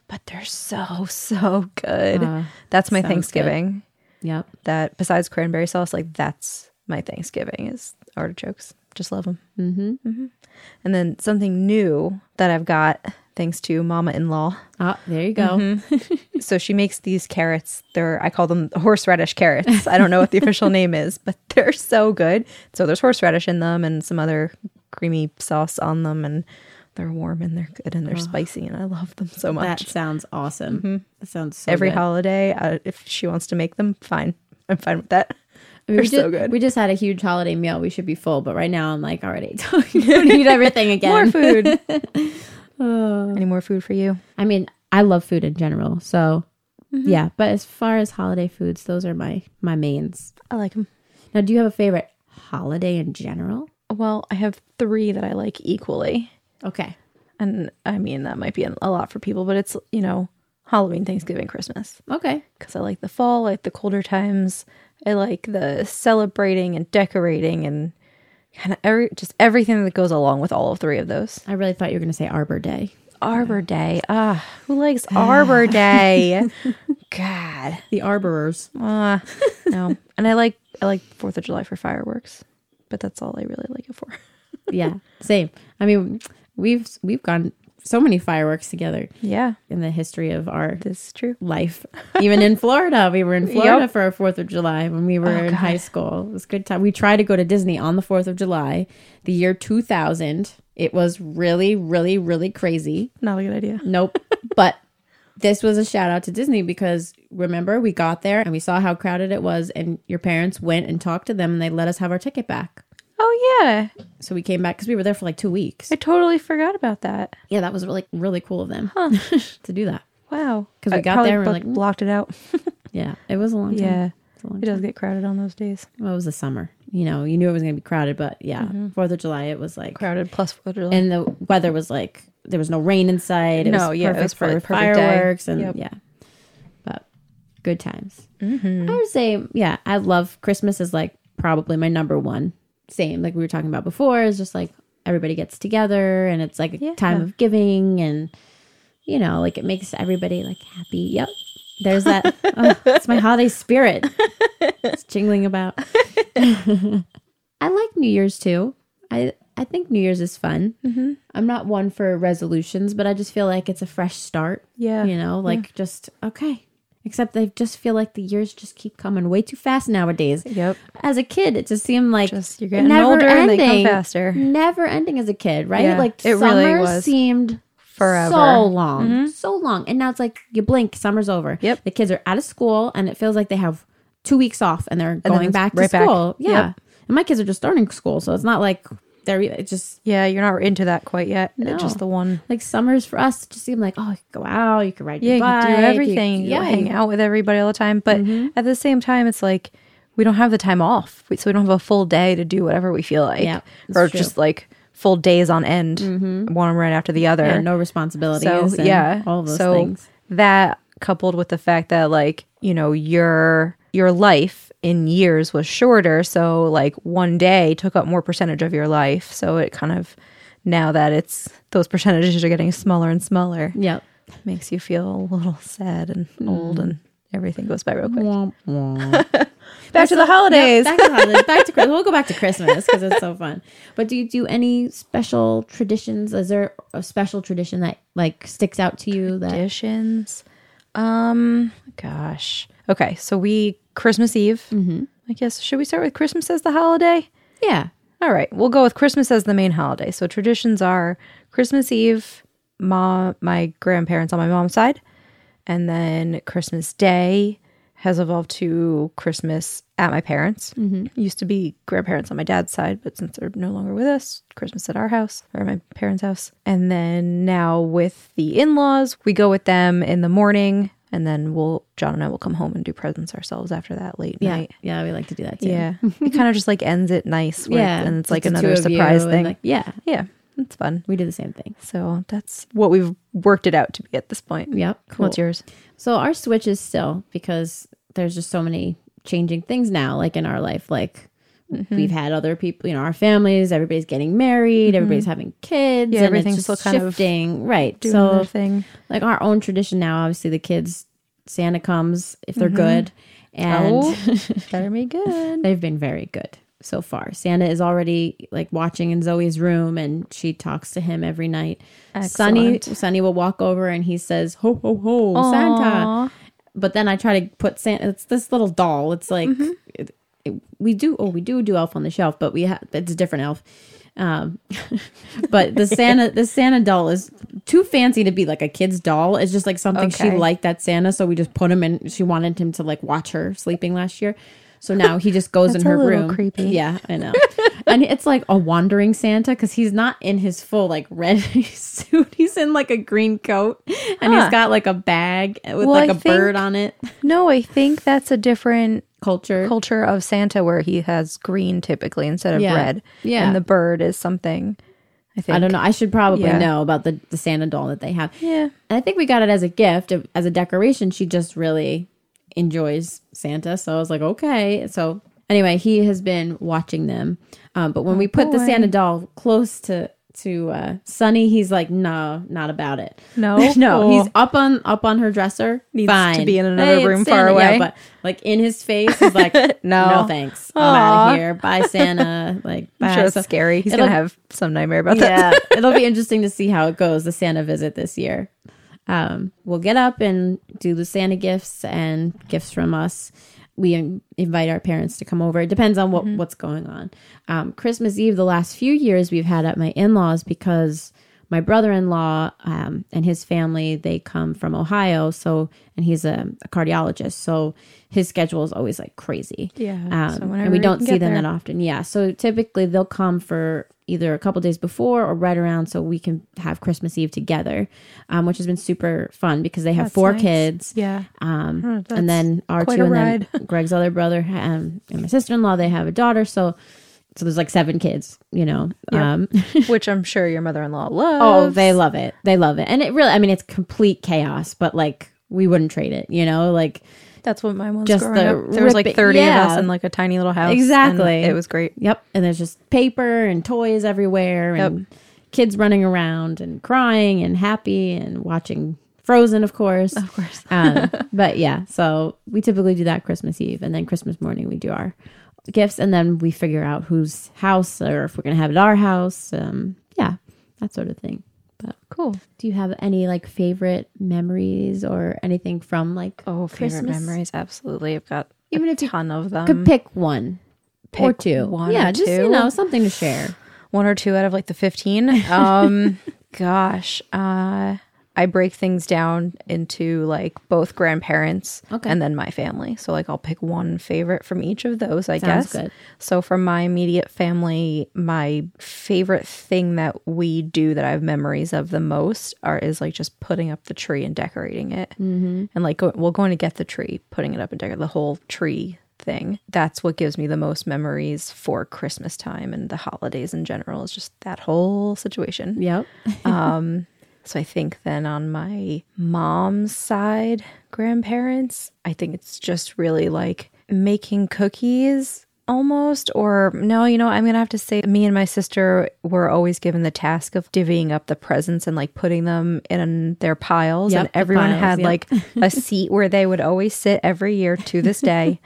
Speaker 2: but they're so so good. that's my
Speaker 1: Ah, sounds good.
Speaker 2: Thanksgiving.
Speaker 1: yep
Speaker 2: That besides cranberry sauce, like that's my Thanksgiving is artichokes. Just love them. Mm-hmm. And then something new that I've got thanks to Mama in Law.
Speaker 1: oh there you go
Speaker 2: Mm-hmm. so she makes these carrots. They're I call them horseradish carrots. I don't know what the official name is, but (laughs) they're so good. So there's horseradish in them and some other creamy sauce on them, and they're warm and they're good and they're spicy, and I love them so much.
Speaker 1: that sounds awesome that sounds so
Speaker 2: Mm-hmm. Every
Speaker 1: good.
Speaker 2: holiday, uh, if she wants to make them, fine. I'm fine with that.
Speaker 1: I mean,
Speaker 2: They're
Speaker 1: we
Speaker 2: so
Speaker 1: ju-
Speaker 2: good.
Speaker 1: we just had a huge holiday meal we should be full but right now i'm like already (laughs)
Speaker 2: (laughs)
Speaker 1: don't need everything again
Speaker 2: More (laughs) food. Any more food for you?
Speaker 1: I mean, I love food in general, so yeah. But as far as holiday foods, those are my my mains.
Speaker 2: I like them.
Speaker 1: Now, do you have a favorite holiday in general?
Speaker 2: Well, I have three that I like equally.
Speaker 1: Okay,
Speaker 2: And I mean, that might be a lot for people, but it's, you know, Halloween, Thanksgiving, Christmas.
Speaker 1: okay,
Speaker 2: Because I like the fall, I like the colder times. I like the celebrating and decorating and kind of every, just everything that goes along with all of three of those.
Speaker 1: I really thought you were gonna say Arbor Day.
Speaker 2: Arbor Day. Ah, who likes Arbor Day? God.
Speaker 1: The Arborers.
Speaker 2: Uh, no. And I like I like Fourth of July for fireworks, but that's all I really like it for.
Speaker 1: Yeah, same. I mean, we've we've gone so many fireworks together
Speaker 2: Yeah,
Speaker 1: in the history of our
Speaker 2: this is true. (laughs)
Speaker 1: life. Even in Florida, we were in Florida
Speaker 2: Yep. Oh,
Speaker 1: for our Fourth of July when we were in high school. It was a good time. We tried to go to Disney on the Fourth of July, the year two thousand. It was really, really, really crazy.
Speaker 2: Not a good idea. (laughs)
Speaker 1: Nope. but this was a shout out to Disney because remember we got there and we saw how crowded it was, and your parents went and talked to them, and they let us have our ticket back.
Speaker 2: Oh yeah,
Speaker 1: So we came back because we were there for like two weeks.
Speaker 2: I totally forgot about that.
Speaker 1: Yeah, that was really, really cool of them (laughs) to do that.
Speaker 2: Wow,
Speaker 1: 'Cause we
Speaker 2: I
Speaker 1: got
Speaker 2: probably
Speaker 1: there and we're
Speaker 2: blo-
Speaker 1: like,
Speaker 2: blocked it out.
Speaker 1: Yeah, it was a long time.
Speaker 2: yeah,
Speaker 1: It's a long
Speaker 2: it does get crowded on those days.
Speaker 1: well, it was the summer. You know, you knew it was going to be crowded, but yeah, Fourth of July, it was like,
Speaker 2: Mm-hmm. Crowded plus Fourth of July.
Speaker 1: and the weather was like, there was no rain inside. It
Speaker 2: No,
Speaker 1: was
Speaker 2: yeah, it
Speaker 1: perfect
Speaker 2: was
Speaker 1: for
Speaker 2: probably a perfect day.
Speaker 1: fireworks and
Speaker 2: Yep.
Speaker 1: yeah, but good times. I would say, yeah, I love Christmas is like probably my number one. Same like we were talking about before is just like everybody gets together and it's like a time of giving and you know like it makes everybody like happy. Yep, there's that. oh, it's my holiday spirit. It's jingling about. (laughs) I like New Year's too. I I think New Year's is fun. Mm-hmm. I'm not one for resolutions, but I just feel like it's a fresh start.
Speaker 2: Yeah.
Speaker 1: you know, like just okay. Except they just feel like the years just keep coming way too fast nowadays.
Speaker 2: yep,
Speaker 1: As a kid, it just seemed like
Speaker 2: Just you're getting
Speaker 1: never
Speaker 2: older and they come
Speaker 1: ending-
Speaker 2: faster.
Speaker 1: Never ending as a kid, right?
Speaker 2: Yeah,
Speaker 1: like
Speaker 2: it
Speaker 1: summer
Speaker 2: really was.
Speaker 1: seemed
Speaker 2: Forever. Mm-hmm.
Speaker 1: so long, so long, and now it's like you blink, summer's over.
Speaker 2: Yep.
Speaker 1: the kids are out of school, and it feels like they have two weeks off, and they're going
Speaker 2: it's
Speaker 1: back
Speaker 2: right
Speaker 1: to
Speaker 2: back.
Speaker 1: school. Yeah,
Speaker 2: Yep.
Speaker 1: and my kids are just starting school, so it's not like they're it's just
Speaker 2: yeah, you're not into that quite yet. It's just
Speaker 1: No.
Speaker 2: the one.
Speaker 1: like summers for us just seem like oh, you can go out, you can ride your
Speaker 2: Yeah, Mm-hmm. you
Speaker 1: bike,
Speaker 2: can do everything. You,
Speaker 1: yeah,
Speaker 2: hang out with everybody all the time. But at the same time, it's like we don't have the time off, We- so we don't have a full day to do whatever we feel like,
Speaker 1: Yeah, that's
Speaker 2: or
Speaker 1: true.
Speaker 2: just like full days on end, one right after the other.
Speaker 1: Yeah, no responsibilities.
Speaker 2: so
Speaker 1: and
Speaker 2: yeah,
Speaker 1: all of those
Speaker 2: so
Speaker 1: things.
Speaker 2: that coupled with the fact that like you know your your life in years was shorter, so like one day took up more percentage of your life, so it kind of now that it's those percentages are getting smaller and smaller
Speaker 1: Yeah.
Speaker 2: makes you feel a little sad and old
Speaker 1: Mm.
Speaker 2: and everything goes by real quick. (laughs)
Speaker 1: That's
Speaker 2: Back to the
Speaker 1: so- yeah,
Speaker 2: holidays.
Speaker 1: back to the
Speaker 2: (laughs)
Speaker 1: holidays. Back to Christmas. We'll go back to Christmas because it's so fun. But do you do any special traditions? Is there a special tradition that like sticks out to you? That
Speaker 2: Traditions. Um, gosh. Okay, so we Christmas Eve. Mm-hmm. I guess should we start with Christmas as the holiday?
Speaker 1: yeah,
Speaker 2: All right, we'll go with Christmas as the main holiday. So traditions are Christmas Eve, ma my grandparents on my mom's side, and then Christmas Day has evolved to Christmas at my parents. Mm-hmm. Used to be grandparents on my dad's side, but since they're no longer with us, Christmas at our house or my parents' house. And then now with the in-laws, we go with them in the morning, and then we'll John and I will come home and do presents ourselves after that late
Speaker 1: yeah,
Speaker 2: night.
Speaker 1: yeah. We like to do that too. (laughs)
Speaker 2: Yeah. it kind of just like ends it nice. With,
Speaker 1: yeah.
Speaker 2: And it's like
Speaker 1: just the
Speaker 2: another
Speaker 1: two of you
Speaker 2: surprise
Speaker 1: and,
Speaker 2: thing.
Speaker 1: like- yeah,
Speaker 2: yeah. It's fun.
Speaker 1: we do the same thing.
Speaker 2: So that's what we've worked it out to be at this point.
Speaker 1: Yep. Cool.
Speaker 2: What's yours?
Speaker 1: So our switch is still because there's just so many changing things now, like in our life. Like
Speaker 2: Mm-hmm.
Speaker 1: we've had other people, you know, our families, everybody's getting married, everybody's having kids,
Speaker 2: Yeah,
Speaker 1: and
Speaker 2: everything's
Speaker 1: it's
Speaker 2: still
Speaker 1: just
Speaker 2: kind of
Speaker 1: shifting. right.
Speaker 2: Doing
Speaker 1: so
Speaker 2: their thing.
Speaker 1: like our own tradition now, obviously the kids Santa comes if
Speaker 2: Mm-hmm.
Speaker 1: they're good. And (laughs)
Speaker 2: Oh. Better be good.
Speaker 1: they've been very good so far. Santa is already like watching in Zoe's room and she talks to him every night. Sunny
Speaker 2: Excellent.
Speaker 1: Sunny will walk over and he says, Ho ho ho, Santa. But then I try to put Santa it's this little doll. It's like
Speaker 2: Mm-hmm.
Speaker 1: it, it- we do oh we do do elf on the shelf, but we have it's a different elf. Um (laughs) but
Speaker 2: (laughs)
Speaker 1: the Santa the Santa doll is too fancy to be like a kid's doll. It's just like something she
Speaker 2: Okay.
Speaker 1: liked that Santa, so we just put him in she wanted him to like watch her sleeping last year. So now he just goes in
Speaker 2: That's a
Speaker 1: her
Speaker 2: little
Speaker 1: room.
Speaker 2: creepy.
Speaker 1: Yeah, I know. and it's like a wandering Santa because he's not in his full like red (laughs) suit. He's in like a green coat and he's
Speaker 2: Huh.
Speaker 1: got like a bag with
Speaker 2: Well,
Speaker 1: like
Speaker 2: I
Speaker 1: a bird
Speaker 2: think-
Speaker 1: on it.
Speaker 2: No, I think that's a different
Speaker 1: Culture.
Speaker 2: culture of Santa where he has green typically instead of
Speaker 1: Yeah.
Speaker 2: red.
Speaker 1: Yeah.
Speaker 2: And the bird is something I think.
Speaker 1: I don't know. I should probably
Speaker 2: Yeah.
Speaker 1: know about the, the Santa doll that they have.
Speaker 2: Yeah.
Speaker 1: And I think we got it as a gift, uh, as a decoration. She just really enjoys Santa. So I was like, okay. So anyway, he has been watching them. Um, but when we put the
Speaker 2: Oh, boy.
Speaker 1: Santa doll close to to uh, Sunny, he's like, no, not about it. (laughs)
Speaker 2: No?
Speaker 1: no,
Speaker 2: Oh.
Speaker 1: he's up on up on her dresser.
Speaker 2: Needs to
Speaker 1: Fine,
Speaker 2: be in another
Speaker 1: it's
Speaker 2: room far
Speaker 1: Santa. Yeah,
Speaker 2: away.
Speaker 1: but like in his face, he's like,
Speaker 2: (laughs) No.
Speaker 1: no, thanks. I'm out
Speaker 2: Aw.
Speaker 1: of here. Bye, Santa. Like, bye.
Speaker 2: (laughs) I'm sure it's
Speaker 1: So-
Speaker 2: scary. He's
Speaker 1: it'll-
Speaker 2: gonna have some nightmare about that.
Speaker 1: yeah,
Speaker 2: (laughs)
Speaker 1: it'll be interesting to see how it goes the Santa visit this year. Um, we'll get up and do the Santa gifts and gifts from us. We in- invite our parents to come over. It depends on what
Speaker 2: Mm-hmm.
Speaker 1: what's going on. Um, Christmas Eve, the last few years we've had at my in laws because my brother in law um, and his family they come from Ohio, so and he's a, a cardiologist, so his schedule is always like crazy.
Speaker 2: Yeah, so
Speaker 1: um,
Speaker 2: whenever
Speaker 1: and we
Speaker 2: you
Speaker 1: don't
Speaker 2: can
Speaker 1: see
Speaker 2: get
Speaker 1: them
Speaker 2: there.
Speaker 1: that often. Yeah, so typically they'll come for either a couple days before or right around, so we can have Christmas Eve together, um, which has been super fun because they have
Speaker 2: That's
Speaker 1: four
Speaker 2: nice.
Speaker 1: kids.
Speaker 2: (laughs) Yeah.
Speaker 1: Um,
Speaker 2: Huh,
Speaker 1: and then our two
Speaker 2: quite
Speaker 1: and
Speaker 2: a
Speaker 1: then
Speaker 2: (laughs)
Speaker 1: Greg's other brother um, and my sister in law they have a daughter, so so there's like seven kids, you know.
Speaker 2: Yeah. (laughs)
Speaker 1: Um,
Speaker 2: (laughs)
Speaker 1: (laughs)
Speaker 2: Which I'm sure your mother in law loves.
Speaker 1: Oh, they love it. They love it. And it really, I mean, it's complete chaos, but like we wouldn't trade it, you know? Like,
Speaker 2: That's what mine was.
Speaker 1: Just
Speaker 2: growing
Speaker 1: the
Speaker 2: up. there was like
Speaker 1: ripping-
Speaker 2: thirty of us
Speaker 1: yeah.
Speaker 2: in like a tiny little house. and
Speaker 1: Exactly.
Speaker 2: it was great.
Speaker 1: yep. And there's just paper and toys everywhere and kids running around and crying and happy and watching Frozen, of course. Of
Speaker 2: course.
Speaker 1: (laughs)
Speaker 2: (laughs)
Speaker 1: um, but yeah, so we typically do that Christmas Eve. And then Christmas morning, we do our gifts and then we figure out whose house or if we're going to have it at our house. Um, yeah, that sort of thing. But
Speaker 2: Cool.
Speaker 1: Do you have any like favorite memories or anything from like
Speaker 2: Oh, favorite
Speaker 1: Christmas?
Speaker 2: memories. Absolutely, I've got
Speaker 1: Even
Speaker 2: a
Speaker 1: if you
Speaker 2: ton of them.
Speaker 1: Could pick one or
Speaker 2: um, Pick
Speaker 1: two.
Speaker 2: one
Speaker 1: yeah,
Speaker 2: or
Speaker 1: just
Speaker 2: two?
Speaker 1: you know something to
Speaker 2: (sighs)
Speaker 1: share.
Speaker 2: One or two out of like
Speaker 1: (laughs)
Speaker 2: the fifteen. Um, gosh, uh, I break things down into like both grandparents
Speaker 1: Okay.
Speaker 2: and then my family. So like I'll pick one favorite from each of those. I
Speaker 1: Sounds
Speaker 2: guess.
Speaker 1: good.
Speaker 2: So from my immediate family, my favorite thing that we do that I have memories of the most are is like just putting up the tree and decorating it, mm-hmm. and like go, well going to get the tree, putting it up and decorate the whole tree thing. That's what gives me the most memories for Christmas time and the holidays in general, is just that whole situation.
Speaker 1: Yep.
Speaker 2: So I think then on my mom's side, grandparents, I think it's just really like making cookies almost or no you know i'm gonna have to say me and my sister were always given the task of divvying up the presents and like putting them in their piles
Speaker 1: Yep,
Speaker 2: and
Speaker 1: the
Speaker 2: everyone
Speaker 1: piles,
Speaker 2: had
Speaker 1: yep.
Speaker 2: like
Speaker 1: (laughs)
Speaker 2: a seat where they would always sit every year to this day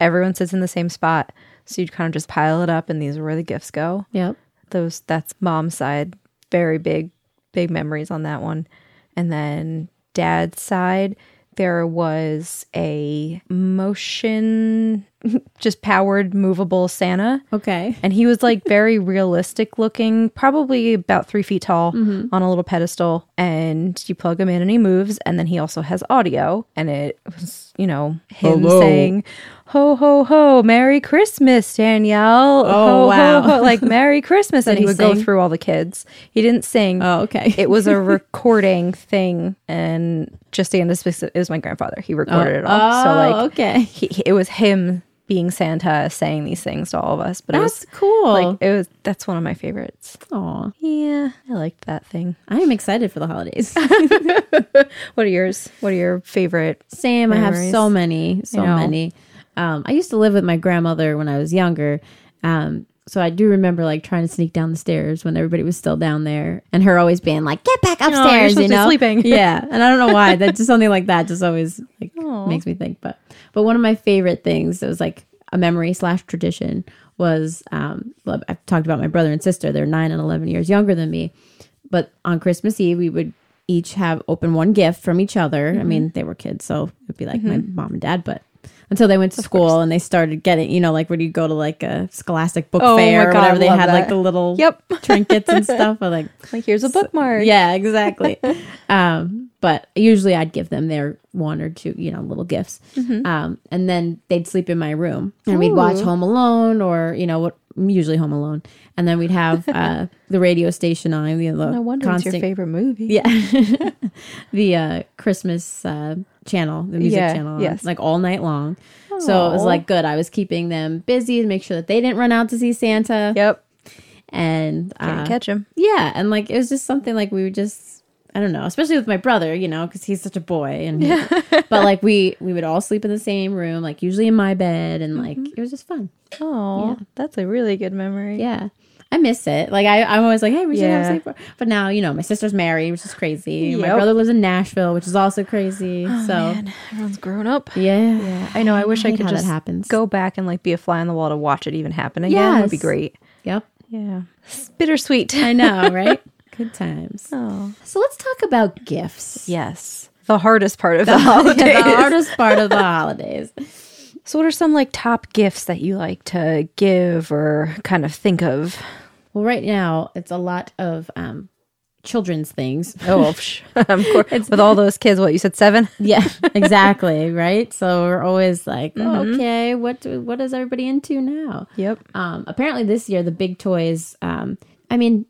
Speaker 2: everyone sits in the same spot so you'd kind of just pile it up and these are where the gifts go
Speaker 1: Yep.
Speaker 2: those that's mom's side very big big memories on that one and then dad's side there was a motion (laughs) just powered movable santa
Speaker 1: Okay.
Speaker 2: and he was like very realistic looking probably about three feet tall
Speaker 1: Mm-hmm.
Speaker 2: on a little pedestal and you plug him in and he moves and then he also has audio and it was you know him
Speaker 1: Hello.
Speaker 2: saying ho ho ho merry christmas danielle oh
Speaker 1: wow.
Speaker 2: (laughs) like merry christmas and
Speaker 1: Did
Speaker 2: he
Speaker 1: he
Speaker 2: would go
Speaker 1: sing?
Speaker 2: through all the kids he didn't sing
Speaker 1: Oh, okay. (laughs)
Speaker 2: it was a recording thing and just in this it was my grandfather he recorded it all so like
Speaker 1: Oh, okay.
Speaker 2: he, he- it was him being santa saying these things to all of us but it was
Speaker 1: That's cool.
Speaker 2: like it was that's one of my favorites.
Speaker 1: Aw.
Speaker 2: Yeah, I liked that thing.
Speaker 1: I am excited for the holidays.
Speaker 2: What are yours? What are your favorite?
Speaker 1: Same. I have so many, so
Speaker 2: I know.
Speaker 1: many. Um, I used to live with my grandmother when I was younger. Um, so I do remember like trying to sneak down the stairs when everybody was still down there, and her always being like, "Get back upstairs,"
Speaker 2: Oh, supposed
Speaker 1: you
Speaker 2: to be
Speaker 1: know,
Speaker 2: sleeping.
Speaker 1: (laughs) yeah, and I don't know why that just something like that just always like makes me think. But but one of my favorite things that was like a memory slash tradition was um, well, I've talked about my brother and sister. They're nine and eleven years younger than me, but on Christmas Eve we would each have open one gift from each other.
Speaker 2: Mm-hmm.
Speaker 1: I mean, they were kids, so it would be like my mom and dad, but. Until they went to school and they started getting, you know, like when you go to like a scholastic book
Speaker 2: Oh my
Speaker 1: fair or
Speaker 2: God, I
Speaker 1: whatever, they
Speaker 2: love
Speaker 1: had like
Speaker 2: that.
Speaker 1: the little
Speaker 2: Yep. (laughs)
Speaker 1: trinkets and stuff. I like,
Speaker 2: Like here's a bookmark.
Speaker 1: yeah,
Speaker 2: (laughs)
Speaker 1: exactly. um, but usually I'd give them their one or two, you know, little gifts.
Speaker 2: Mm-hmm.
Speaker 1: Um, and then they'd sleep in my room and we'd watch Home Alone or, you know, what usually Home Alone. And then we'd have uh, the radio station on, you know, the
Speaker 2: No wonder it's your
Speaker 1: constant,
Speaker 2: favorite movie. (laughs)
Speaker 1: yeah, (laughs) the uh, Christmas uh, channel, the music
Speaker 2: Yeah,
Speaker 1: channel, on,
Speaker 2: yes.
Speaker 1: like all night long. So it was
Speaker 2: Aw.
Speaker 1: like good. I was keeping them busy to make sure that they didn't run out to see Santa.
Speaker 2: Yep.
Speaker 1: And
Speaker 2: Can't
Speaker 1: uh,
Speaker 2: catch him.
Speaker 1: yeah, and like it was just something like we would just I don't know, especially with my brother, you know, because he's such a boy, and he-
Speaker 2: (laughs)
Speaker 1: but like we we would all sleep in the same room, like usually in my bed, and like
Speaker 2: Mm-hmm.
Speaker 1: it was just fun.
Speaker 2: Oh, that's a really good memory.
Speaker 1: Yeah, I miss it. Like I I'm always like, hey, we should have
Speaker 2: Yeah.
Speaker 1: sleep, but now you know my sister's married, which is crazy. My
Speaker 2: Yep. Oh,
Speaker 1: brother lives in Nashville, which is also crazy. so
Speaker 2: Man, everyone's grown up.
Speaker 1: yeah,
Speaker 2: I know. I wish I,
Speaker 1: hate
Speaker 2: could
Speaker 1: how that
Speaker 2: just
Speaker 1: happens.
Speaker 2: go back and like be a fly on the wall to watch it even happen again. It would be
Speaker 1: Yes.
Speaker 2: great.
Speaker 1: yep,
Speaker 2: Yeah. It's bittersweet.
Speaker 1: I know,
Speaker 2: (laughs)
Speaker 1: right? Good times.
Speaker 2: Oh.
Speaker 1: So let's talk about gifts.
Speaker 2: Yes. (laughs) The hardest part of (laughs) the, holidays.
Speaker 1: (laughs) the hardest part of the holidays.
Speaker 2: So, what are some like top gifts that you like to give or kind of think of?
Speaker 1: Well, right now it's a lot of um, children's things. (laughs)
Speaker 2: Oh, well, psh, of course. With all those kids, what you said, seven?
Speaker 1: Yeah, exactly. right. So we're always like,
Speaker 2: Mm-hmm.
Speaker 1: okay, what do, what is everybody into now?
Speaker 2: Yep.
Speaker 1: Um, apparently this year the big toys. Um, I mean,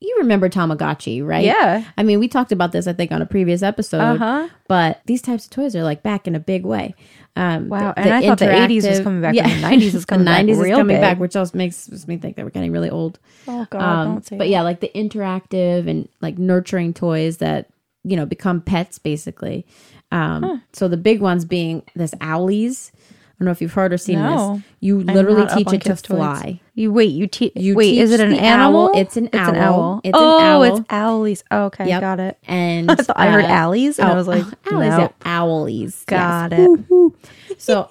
Speaker 1: you remember Tamagotchi, right?
Speaker 2: Yeah.
Speaker 1: I mean, we talked about this, I think, on a previous episode.
Speaker 2: Uh-huh.
Speaker 1: But these types of toys are like back in a big way. Um,
Speaker 2: Wow, and I thought the 80s was
Speaker 1: interactive-
Speaker 2: coming back, but the 90s
Speaker 1: (laughs)
Speaker 2: is
Speaker 1: The
Speaker 2: coming back
Speaker 1: 90s is
Speaker 2: real
Speaker 1: coming
Speaker 2: big.
Speaker 1: back, which also makes, makes me think that we're getting really old.
Speaker 2: Oh God,
Speaker 1: Um, but yeah, like the interactive and like nurturing toys that you know become pets basically. Um, So the big ones being this owlies. I don't know if you've heard or seen
Speaker 2: No.
Speaker 1: this. You
Speaker 2: I'm
Speaker 1: literally
Speaker 2: not up
Speaker 1: teach
Speaker 2: on
Speaker 1: it to
Speaker 2: kids' toys.
Speaker 1: fly.
Speaker 2: You wait. You teach.
Speaker 1: You
Speaker 2: wait, is
Speaker 1: teach
Speaker 2: it an
Speaker 1: the
Speaker 2: animal?
Speaker 1: owl- it's an
Speaker 2: It's an
Speaker 1: owl.
Speaker 2: owl.
Speaker 1: It's an
Speaker 2: oh,
Speaker 1: owl.
Speaker 2: it's owlies. Oh, okay,
Speaker 1: Yep.
Speaker 2: got it.
Speaker 1: And
Speaker 2: (laughs) I, thought I heard
Speaker 1: uh,
Speaker 2: alleys, and I
Speaker 1: ow- (laughs)
Speaker 2: was (laughs) like,
Speaker 1: alleys,
Speaker 2: no,
Speaker 1: yeah, owlies.
Speaker 2: got
Speaker 1: yes.
Speaker 2: it. (laughs)
Speaker 1: So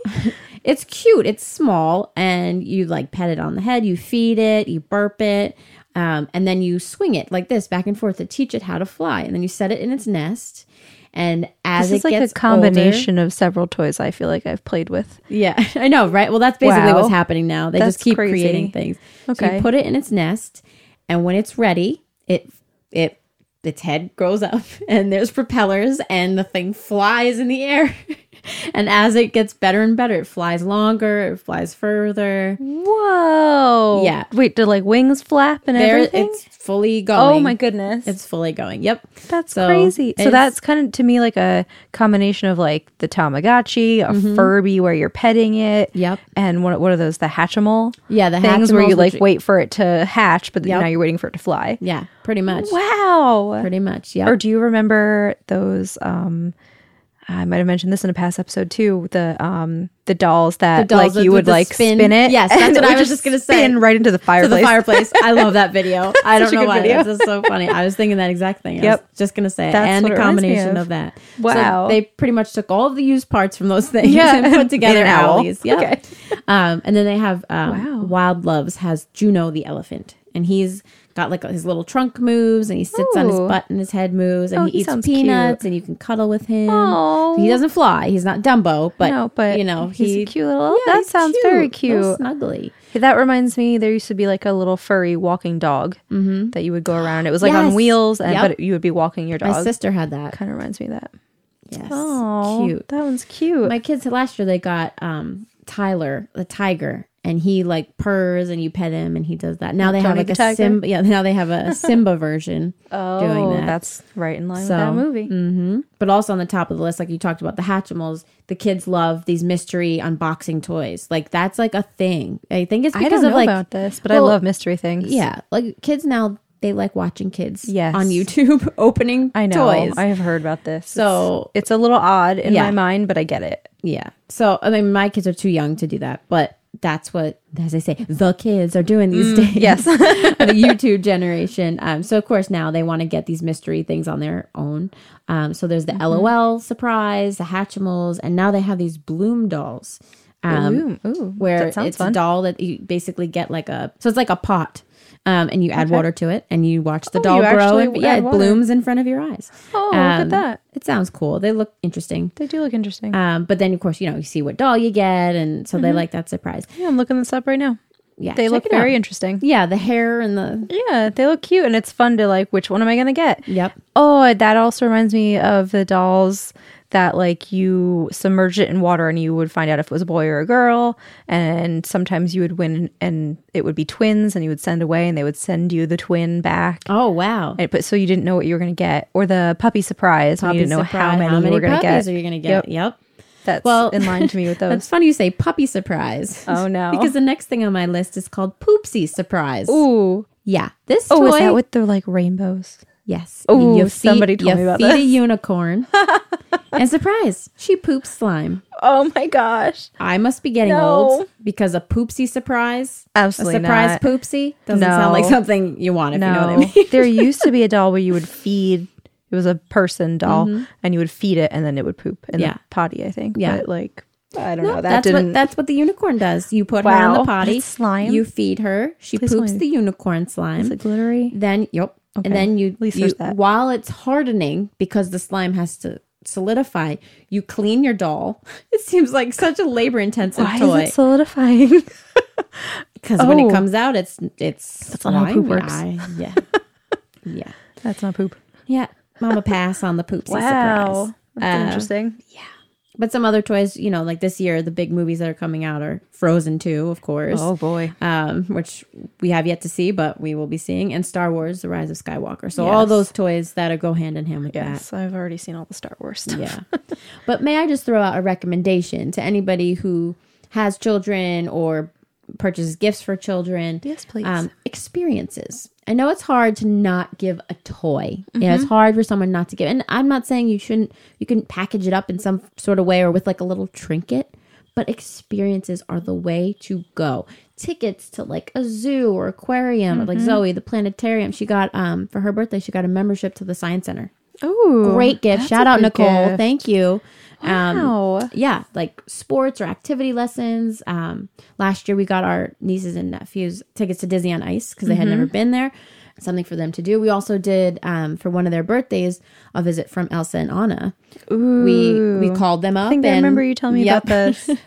Speaker 1: it's cute. It's small, and you like pet it on the head. You feed it. You burp it, um, and then you swing it like this back and forth to teach it how to fly. And then you set it in its nest. And as
Speaker 2: This is
Speaker 1: it
Speaker 2: like a
Speaker 1: gets older-
Speaker 2: combination of several toys. I feel like I've played with.
Speaker 1: yeah, (laughs) I know, right? Well, that's basically
Speaker 2: Wow.
Speaker 1: what's happening now. They
Speaker 2: That's
Speaker 1: just keep
Speaker 2: crazy.
Speaker 1: creating things. So
Speaker 2: Okay.
Speaker 1: you put it in its nest, and when it's ready, it it (laughs) its head grows up, and there's propellers, and the thing flies in the air. (laughs) and as it gets better and better, it flies longer, it flies further.
Speaker 2: Whoa.
Speaker 1: Yeah.
Speaker 2: Wait, do like wings flap and
Speaker 1: There,
Speaker 2: everything?
Speaker 1: it's fully going.
Speaker 2: oh my goodness.
Speaker 1: It's fully going. Yep.
Speaker 2: that's
Speaker 1: so
Speaker 2: crazy. So
Speaker 1: it's-
Speaker 2: that's kind of to me like a combination of like the Tamagotchi, a Furby where you're petting it.
Speaker 1: Mm-hmm. Yep.
Speaker 2: And what, what are those? The Hatchimal
Speaker 1: Yeah, the
Speaker 2: things where
Speaker 1: Hatchimals,
Speaker 2: you like
Speaker 1: which-
Speaker 2: wait for it to hatch, but
Speaker 1: Yep.
Speaker 2: now you're waiting for it to fly.
Speaker 1: Yeah, pretty much.
Speaker 2: Wow.
Speaker 1: Pretty much. Yep.
Speaker 2: Or do you remember those? Um, I might have mentioned this in a past episode too. The um, the dolls that
Speaker 1: The dolls
Speaker 2: like
Speaker 1: that
Speaker 2: you
Speaker 1: did
Speaker 2: would
Speaker 1: the
Speaker 2: like spin,
Speaker 1: spin.
Speaker 2: it.
Speaker 1: Yes, that's
Speaker 2: (laughs) and it
Speaker 1: what I
Speaker 2: would
Speaker 1: was just gonna say.
Speaker 2: Spin right into the
Speaker 1: to
Speaker 2: fireplace.
Speaker 1: the fireplace. I love that
Speaker 2: (laughs)
Speaker 1: video. I
Speaker 2: Such
Speaker 1: don't
Speaker 2: a
Speaker 1: know
Speaker 2: good
Speaker 1: why.
Speaker 2: video.
Speaker 1: That's just so funny. I was thinking that exact thing. I
Speaker 2: Yep.
Speaker 1: was just gonna say it.
Speaker 2: That's
Speaker 1: and
Speaker 2: what
Speaker 1: a
Speaker 2: it reminds me
Speaker 1: combination
Speaker 2: of.
Speaker 1: of. that. So
Speaker 2: Wow.
Speaker 1: they pretty much took all of the used parts from those things
Speaker 2: Yeah,
Speaker 1: and put together
Speaker 2: (laughs) made an owl.
Speaker 1: alleys. Yeah.
Speaker 2: Okay.
Speaker 1: um, and then they have um,
Speaker 2: Wow.
Speaker 1: Wild Loves has Juno the elephant, and he's got like his little trunk moves, and he sits on his
Speaker 2: Ooh.
Speaker 1: butt, and his head moves, and
Speaker 2: Oh, he
Speaker 1: he eats
Speaker 2: sounds
Speaker 1: peanuts, and you can cuddle with him.
Speaker 2: Aw.
Speaker 1: He doesn't fly. He's not Dumbo, but,
Speaker 2: (laughs) No, but
Speaker 1: you know
Speaker 2: he's a
Speaker 1: he
Speaker 2: cute little-
Speaker 1: Yeah,
Speaker 2: that
Speaker 1: he's
Speaker 2: sounds very
Speaker 1: Little
Speaker 2: cute.
Speaker 1: snuggly.
Speaker 2: That reminds me, there used to be like a little furry walking dog that you would go around. It was like on
Speaker 1: Yes.
Speaker 2: wheels, and
Speaker 1: Yep.
Speaker 2: but you would be walking your
Speaker 1: My
Speaker 2: dog.
Speaker 1: sister had that.
Speaker 2: Kind of reminds me of that.
Speaker 1: Yes,
Speaker 2: Oh,
Speaker 1: cute.
Speaker 2: That one's cute.
Speaker 1: My kids last year they got um Tyler the tiger and he like purrs and you pet him and he does that. Now they
Speaker 2: Tony
Speaker 1: have like
Speaker 2: the
Speaker 1: a
Speaker 2: tiger?
Speaker 1: Simba. Yeah, now they have
Speaker 2: (laughs)
Speaker 1: a Simba version
Speaker 2: oh,
Speaker 1: doing that.
Speaker 2: that's right in line
Speaker 1: So,
Speaker 2: with that movie.
Speaker 1: hmm But also on the top of the list, like you talked about the Hatchimals, the kids love these mystery unboxing toys. Like that's like a thing. I think it's
Speaker 2: I
Speaker 1: because
Speaker 2: don't know
Speaker 1: of like
Speaker 2: about this, but
Speaker 1: well,
Speaker 2: I love mystery things.
Speaker 1: yeah, like kids now they like watching kids
Speaker 2: Yes.
Speaker 1: on YouTube (laughs) opening
Speaker 2: I know.
Speaker 1: toys.
Speaker 2: I have heard about this.
Speaker 1: So-
Speaker 2: it's, it's a little odd in my
Speaker 1: Yeah.
Speaker 2: mind, but I get it.
Speaker 1: Yeah. So I mean, my kids are too young to do that, but that's what, as I say, the kids are doing
Speaker 2: Mm,
Speaker 1: these days.
Speaker 2: (laughs) (laughs)
Speaker 1: (laughs)
Speaker 2: Yes.
Speaker 1: the YouTube generation. Um, so of course now they want to get these mystery things on their own. Um, so there's the
Speaker 2: Mm-hmm.
Speaker 1: LOL surprise, the Hatchimals, and now they have these Bloom dolls. Um,
Speaker 2: Ooh, ooh,
Speaker 1: where
Speaker 2: that sounds
Speaker 1: it's
Speaker 2: fun.
Speaker 1: a doll that you basically get like a so it's like a pot. Um, and you add water to it and you watch the
Speaker 2: Oh,
Speaker 1: doll
Speaker 2: you
Speaker 1: grow
Speaker 2: actually
Speaker 1: and yeah,
Speaker 2: add
Speaker 1: it
Speaker 2: water.
Speaker 1: blooms in front of your eyes. Um,
Speaker 2: Oh, look at that.
Speaker 1: It sounds cool. They look interesting.
Speaker 2: they do look interesting.
Speaker 1: Um, but then of course, you know, you see what doll you get, and so they like that surprise.
Speaker 2: yeah, I'm looking this up right now.
Speaker 1: Yeah,
Speaker 2: Mm-hmm. They
Speaker 1: check
Speaker 2: look
Speaker 1: it
Speaker 2: very
Speaker 1: out.
Speaker 2: interesting.
Speaker 1: Yeah, the hair and the
Speaker 2: Yeah, they look cute, and it's fun to like. Which one am I gonna get?
Speaker 1: yep.
Speaker 2: Oh, that also reminds me of the dolls that like you submerged it in water and you would find out if it was a boy or a girl and sometimes you would win and it would be twins and you would send away and they would send you the twin back
Speaker 1: Oh wow,
Speaker 2: And- but so you didn't know what you were going to get or the puppy surprise when
Speaker 1: Puppy
Speaker 2: you didn't know how
Speaker 1: surprise.
Speaker 2: many, you were going to
Speaker 1: puppies
Speaker 2: get
Speaker 1: are you gonna
Speaker 2: Yep.
Speaker 1: get? Yep.
Speaker 2: that's
Speaker 1: Well-
Speaker 2: in line to me
Speaker 1: (laughs)
Speaker 2: with
Speaker 1: That's
Speaker 2: those
Speaker 1: funny you say puppy surprise.
Speaker 2: Oh, no.
Speaker 1: because the next thing on my list is called poopsie surprise.
Speaker 2: ooh
Speaker 1: Yeah, this
Speaker 2: oh
Speaker 1: toy.
Speaker 2: is that with the like rainbows
Speaker 1: yes.
Speaker 2: Ooh,
Speaker 1: You feed-
Speaker 2: somebody told
Speaker 1: you
Speaker 2: me about
Speaker 1: feed a
Speaker 2: this. (laughs)
Speaker 1: unicorn, and surprise, she poops slime.
Speaker 2: oh my gosh
Speaker 1: I must be getting
Speaker 2: No.
Speaker 1: old because a poopsie surprise,
Speaker 2: Absolutely
Speaker 1: a surprise
Speaker 2: not.
Speaker 1: poopsie doesn't
Speaker 2: No.
Speaker 1: sound like something you want. If you know what I mean.
Speaker 2: there used to be a doll where you would feed. It was a person doll, and you would feed it, and then it would poop in
Speaker 1: Mm-hmm. Yeah.
Speaker 2: the potty. I think.
Speaker 1: Yeah.
Speaker 2: But like, I don't know. That
Speaker 1: that's
Speaker 2: didn't.
Speaker 1: what that's what the unicorn does. You put her in
Speaker 2: Wow.
Speaker 1: the potty,
Speaker 2: That's slime.
Speaker 1: You feed her. She
Speaker 2: Please
Speaker 1: poops
Speaker 2: slime.
Speaker 1: the unicorn slime.
Speaker 2: is it glittery?
Speaker 1: then yep, and then you,
Speaker 2: least
Speaker 1: you
Speaker 2: there's that.
Speaker 1: while it's hardening because the slime has to solidify. You clean your doll. (laughs) It seems like such a labor intensive
Speaker 2: Why
Speaker 1: toy
Speaker 2: is it solidifying?
Speaker 1: because when
Speaker 2: Oh.
Speaker 1: it comes out, it's it's that's
Speaker 2: not how poop works.
Speaker 1: (laughs) yeah, yeah,
Speaker 2: (laughs) that's not poop.
Speaker 1: yeah. Mama pass on the poopsie surprise.
Speaker 2: That's
Speaker 1: Uh,
Speaker 2: interesting.
Speaker 1: But some other toys, you know, like this year, the big movies that are coming out are Frozen 2, of course.
Speaker 2: oh, boy.
Speaker 1: um, which we have yet to see, but we will be seeing, and Star Wars: The Rise of Skywalker. So
Speaker 2: Yes.
Speaker 1: all those toys that go hand in hand with
Speaker 2: Yes, I've already seen all the Star Wars
Speaker 1: that.
Speaker 2: (laughs) stuff.
Speaker 1: Yeah. but may I just throw out a recommendation to anybody who has children or purchases gifts for children?
Speaker 2: Yes, please.
Speaker 1: Um, experiences. I know it's hard to not give a toy. You
Speaker 2: Mm-hmm.
Speaker 1: know, it's hard for someone not to give. And I'm not saying you shouldn't. You can package it up in some sort of way or with like a little trinket. But experiences are the way to go. Tickets to like a zoo or aquarium, or like
Speaker 2: Mm-hmm.
Speaker 1: Zoe, the planetarium. She got um for her birthday, she got a membership to the science center.
Speaker 2: Ooh,
Speaker 1: Great gift.
Speaker 2: that's
Speaker 1: Shout
Speaker 2: a
Speaker 1: out
Speaker 2: good
Speaker 1: Nicole.
Speaker 2: gift.
Speaker 1: Thank you. Um,
Speaker 2: Wow.
Speaker 1: yeah, like sports or activity lessons. Um, last year we got our nieces and nephews tickets to Disney on Ice because they had
Speaker 2: Mm-hmm.
Speaker 1: never been there. Something for them to do. We also did um, for one of their birthdays a visit from Elsa and Anna.
Speaker 2: Ooh.
Speaker 1: We we called them up.
Speaker 2: I think I
Speaker 1: and-
Speaker 2: remember you telling me
Speaker 1: Yep. (laughs)
Speaker 2: about this.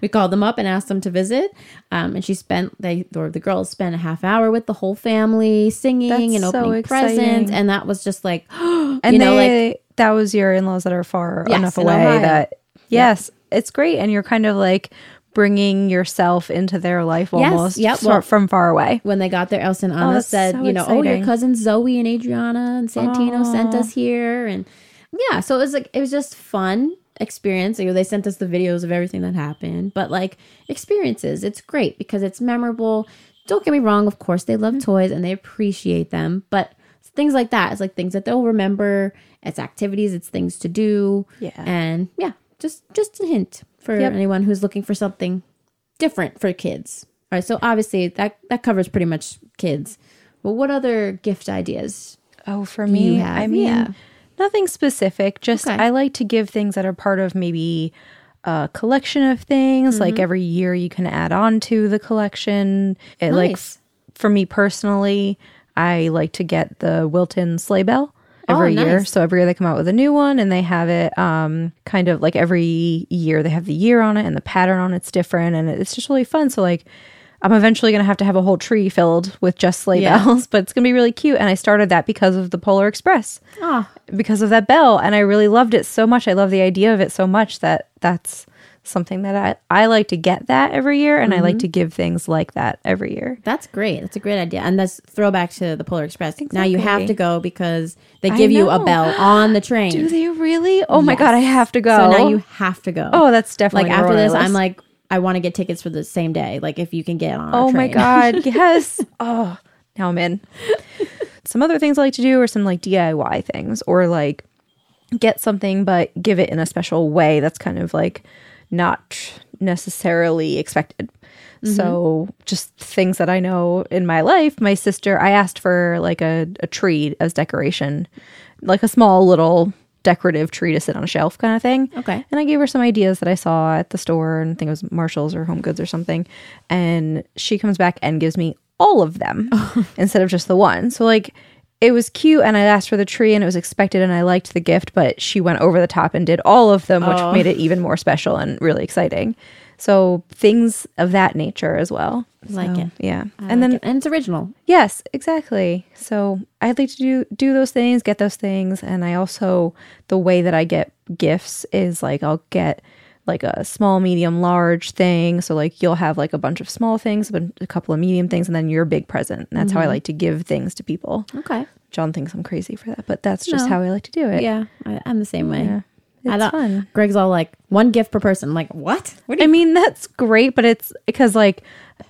Speaker 1: we called them up and asked them to visit. Um, and she spent they or the girls spent a half hour with the whole family singing
Speaker 2: That's
Speaker 1: and
Speaker 2: so
Speaker 1: opening presents,
Speaker 2: exciting.
Speaker 1: and that was just like (gasps)
Speaker 2: And
Speaker 1: you know like
Speaker 2: they- that was your in-laws that are far
Speaker 1: Yes,
Speaker 2: enough
Speaker 1: in
Speaker 2: away
Speaker 1: Ohio.
Speaker 2: that Yes, it's great, and you're kind of like bringing yourself into their life almost
Speaker 1: yep,
Speaker 2: sor-
Speaker 1: well-
Speaker 2: from far away.
Speaker 1: When they got there, Elsa and Anna
Speaker 2: that's
Speaker 1: said,
Speaker 2: so
Speaker 1: you know, oh,
Speaker 2: exciting.
Speaker 1: your cousins Zoe and Adriana and Santino sent us here. And yeah, so it was like, it was just fun experience. You know, they sent us the videos of everything that happened, but like experiences, it's great because it's memorable. Don't get me wrong, of course, they
Speaker 2: Mm-hmm.
Speaker 1: love toys and they appreciate them, but things like that, it's like things that they'll remember. It's activities, it's things to do.
Speaker 2: Yeah.
Speaker 1: And yeah, just just a hint for
Speaker 2: Yep.
Speaker 1: anyone who's looking for something different for kids. All right, so obviously that that covers pretty much kids. But what other gift ideas?
Speaker 2: Oh, for me,
Speaker 1: you have?
Speaker 2: I mean,
Speaker 1: Yeah.
Speaker 2: nothing specific. Just
Speaker 1: Okay.
Speaker 2: I like to give things that are part of maybe a collection of things. Like every year, you can add on to the collection. It like
Speaker 1: Nice.
Speaker 2: f- for me personally, I like to get the Wilton sleigh bell every
Speaker 1: Oh,
Speaker 2: year.
Speaker 1: nice.
Speaker 2: So every year they come out with a new one, and they have it um, kind of like every year they have the year on it and the pattern on it's different, and it's just really fun. So like. I'm eventually going to have to have a whole tree filled with just sleigh
Speaker 1: Yeah.
Speaker 2: bells, (laughs) but it's going to be really cute. And I started that because of the Polar Express,
Speaker 1: Ah,
Speaker 2: because of that bell. And I really loved it so much. I love the idea of it so much that that's something that I, I like to get that every year. And I like to give things like that every year.
Speaker 1: that's great. That's a great idea. And that's throwback to the Polar Express. Now you have
Speaker 2: Exactly.
Speaker 1: to go because they give you a
Speaker 2: know.
Speaker 1: bell on the train.
Speaker 2: (gasps) Do they really? Oh my God, I have to go.
Speaker 1: So now you have to go.
Speaker 2: oh, that's definitely
Speaker 1: like after
Speaker 2: on my
Speaker 1: this,
Speaker 2: list.
Speaker 1: I'm like, I want to get tickets for the same day. Like if you can get on. our
Speaker 2: Oh my
Speaker 1: train. (laughs)
Speaker 2: god, yes. Oh, now I'm in. some other things I like to do are some like DIY things or like get something but give it in a special way that's kind of like not necessarily expected. So
Speaker 1: Mm-hmm.
Speaker 2: just things that I know in my life, my sister, I asked for like a, a tree as decoration, like a small little decorative tree to sit on a shelf kind of thing.
Speaker 1: Okay.
Speaker 2: And I gave her some ideas that I saw at the store and I think it was Marshalls or Home Goods or something. And she comes back and gives me all of them instead of just the one. So like it was cute and I asked for the tree and it was expected and I liked the gift, but she went over the top and did all of them, which made it even more special and really exciting. So things of that nature as well.
Speaker 1: Like
Speaker 2: So,
Speaker 1: it.
Speaker 2: Yeah.
Speaker 1: I
Speaker 2: and
Speaker 1: like
Speaker 2: then
Speaker 1: it. and it's original.
Speaker 2: Yes, exactly. So I'd like to do do those things, get those things, and I also the way that I get gifts is like I'll get like a small, medium, large thing. So like you'll have like a bunch of small things, but a couple of medium things, and then your big present. And that's
Speaker 1: Mm-hmm.
Speaker 2: how I like to give things to people.
Speaker 1: Okay.
Speaker 2: John thinks I'm crazy for that, but that's just
Speaker 1: No.
Speaker 2: how I like to do it.
Speaker 1: Yeah, I, I'm the same way.
Speaker 2: Yeah.
Speaker 1: I
Speaker 2: It's
Speaker 1: don't-
Speaker 2: fun.
Speaker 1: Greg's all like one gift per person. I'm like what? What
Speaker 2: I mean, that's great, but it's because like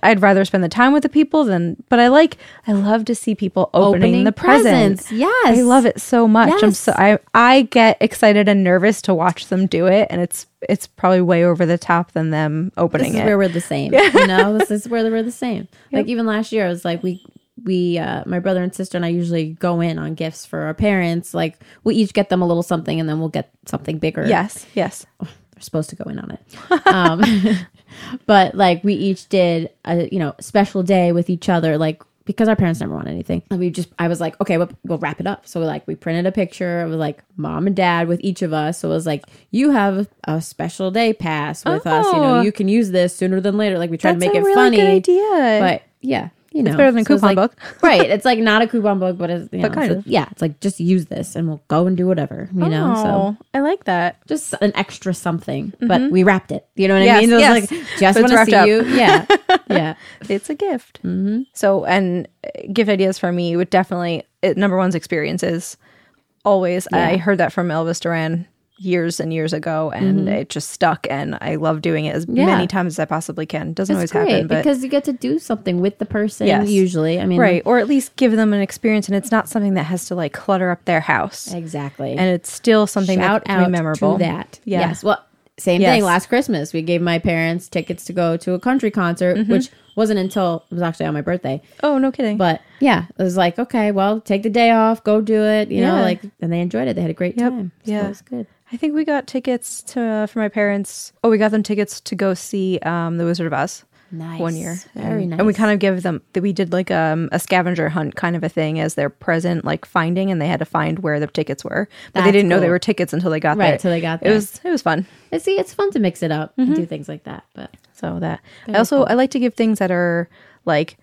Speaker 2: I'd rather spend the time with the people than. But I like I love to see people opening, the presents.
Speaker 1: Yes,
Speaker 2: I love it so much. I'm
Speaker 1: Yes.
Speaker 2: so I I get excited and nervous to watch them do it, and it's it's probably way over the top than them
Speaker 1: This
Speaker 2: opening
Speaker 1: is
Speaker 2: it.
Speaker 1: where we're the
Speaker 2: (laughs)
Speaker 1: same. You know, this is where we're the same. Like even last year, I was like, we we uh, my brother and sister and I usually go in on gifts for our parents. Like we each get them a little something, and then we'll get something bigger.
Speaker 2: yes, yes.
Speaker 1: we're supposed to go in on it. Um, (laughs) but like we each did a you know special day with each other, like because our parents never want anything. And we just I was like, okay, we'll, we'll wrap it up. So like we printed a picture of like mom and dad with each of us. So it was like you have a special day pass with us. You know
Speaker 2: Oh.
Speaker 1: you can use this sooner than later. Like we tried
Speaker 2: That's
Speaker 1: to make
Speaker 2: a
Speaker 1: it
Speaker 2: really
Speaker 1: funny,
Speaker 2: good idea.
Speaker 1: but yeah. You know,
Speaker 2: better than a
Speaker 1: So it's like-
Speaker 2: coupon
Speaker 1: (laughs)
Speaker 2: book.
Speaker 1: right? It's like
Speaker 2: (laughs)
Speaker 1: not a coupon book, but it's you know,
Speaker 2: kind
Speaker 1: it's
Speaker 2: of.
Speaker 1: like- yeah, it's like just use this and we'll go and do whatever you know. So
Speaker 2: Oh, I like that.
Speaker 1: just an extra something, but we wrapped it. You know what I
Speaker 2: Mm-hmm. Yes,
Speaker 1: mean? It was
Speaker 2: yes.
Speaker 1: like, just
Speaker 2: So
Speaker 1: want
Speaker 2: it's
Speaker 1: to
Speaker 2: wrapped
Speaker 1: see
Speaker 2: up.
Speaker 1: you.
Speaker 2: (laughs)
Speaker 1: Yeah. Yeah.
Speaker 2: It's a gift. Mm-hmm. So and uh, gift ideas for me would definitely it, number one's experiences. Always, I heard that from Elvis Duran years and years ago, and it just stuck. And I love doing it as
Speaker 1: Yeah.
Speaker 2: many times as I possibly can. Doesn't
Speaker 1: It's
Speaker 2: always
Speaker 1: great
Speaker 2: happen, but
Speaker 1: because you get to do something with the person
Speaker 2: Yes.
Speaker 1: usually. I mean,
Speaker 2: right, or at least give them an experience, and it's not something that has to like clutter up their house.
Speaker 1: Exactly.
Speaker 2: and it's still something
Speaker 1: Shout
Speaker 2: that's
Speaker 1: out
Speaker 2: memorable.
Speaker 1: to that.
Speaker 2: Yeah.
Speaker 1: Yes. Well, same
Speaker 2: Yes.
Speaker 1: thing. Last Christmas, we gave my parents tickets to go to a country concert,
Speaker 2: Mm-hmm.
Speaker 1: which wasn't until it was actually on my birthday.
Speaker 2: Oh, no kidding.
Speaker 1: But yeah, it was like, okay, well, take the day off, go do it. You know,
Speaker 2: Yeah.
Speaker 1: like, and they enjoyed it. They had a great time. So
Speaker 2: Yeah.
Speaker 1: It was good.
Speaker 2: I think we got tickets to for my parents. Oh, we got them tickets to go see um, The Wizard of Oz.
Speaker 1: Nice.
Speaker 2: One year,
Speaker 1: Very
Speaker 2: and,
Speaker 1: nice.
Speaker 2: and we kind of gave them. that We did like um, a scavenger hunt kind of a thing as their present, like finding, and they had to find where the tickets were. But they
Speaker 1: That's
Speaker 2: didn't know they
Speaker 1: cool.
Speaker 2: were tickets until they got
Speaker 1: Right,
Speaker 2: there.
Speaker 1: till they got
Speaker 2: It
Speaker 1: there.
Speaker 2: was it was fun.
Speaker 1: And see, it's fun to mix it up and
Speaker 2: Mm-hmm.
Speaker 1: do things like that. But
Speaker 2: So that I also I like to give things that are like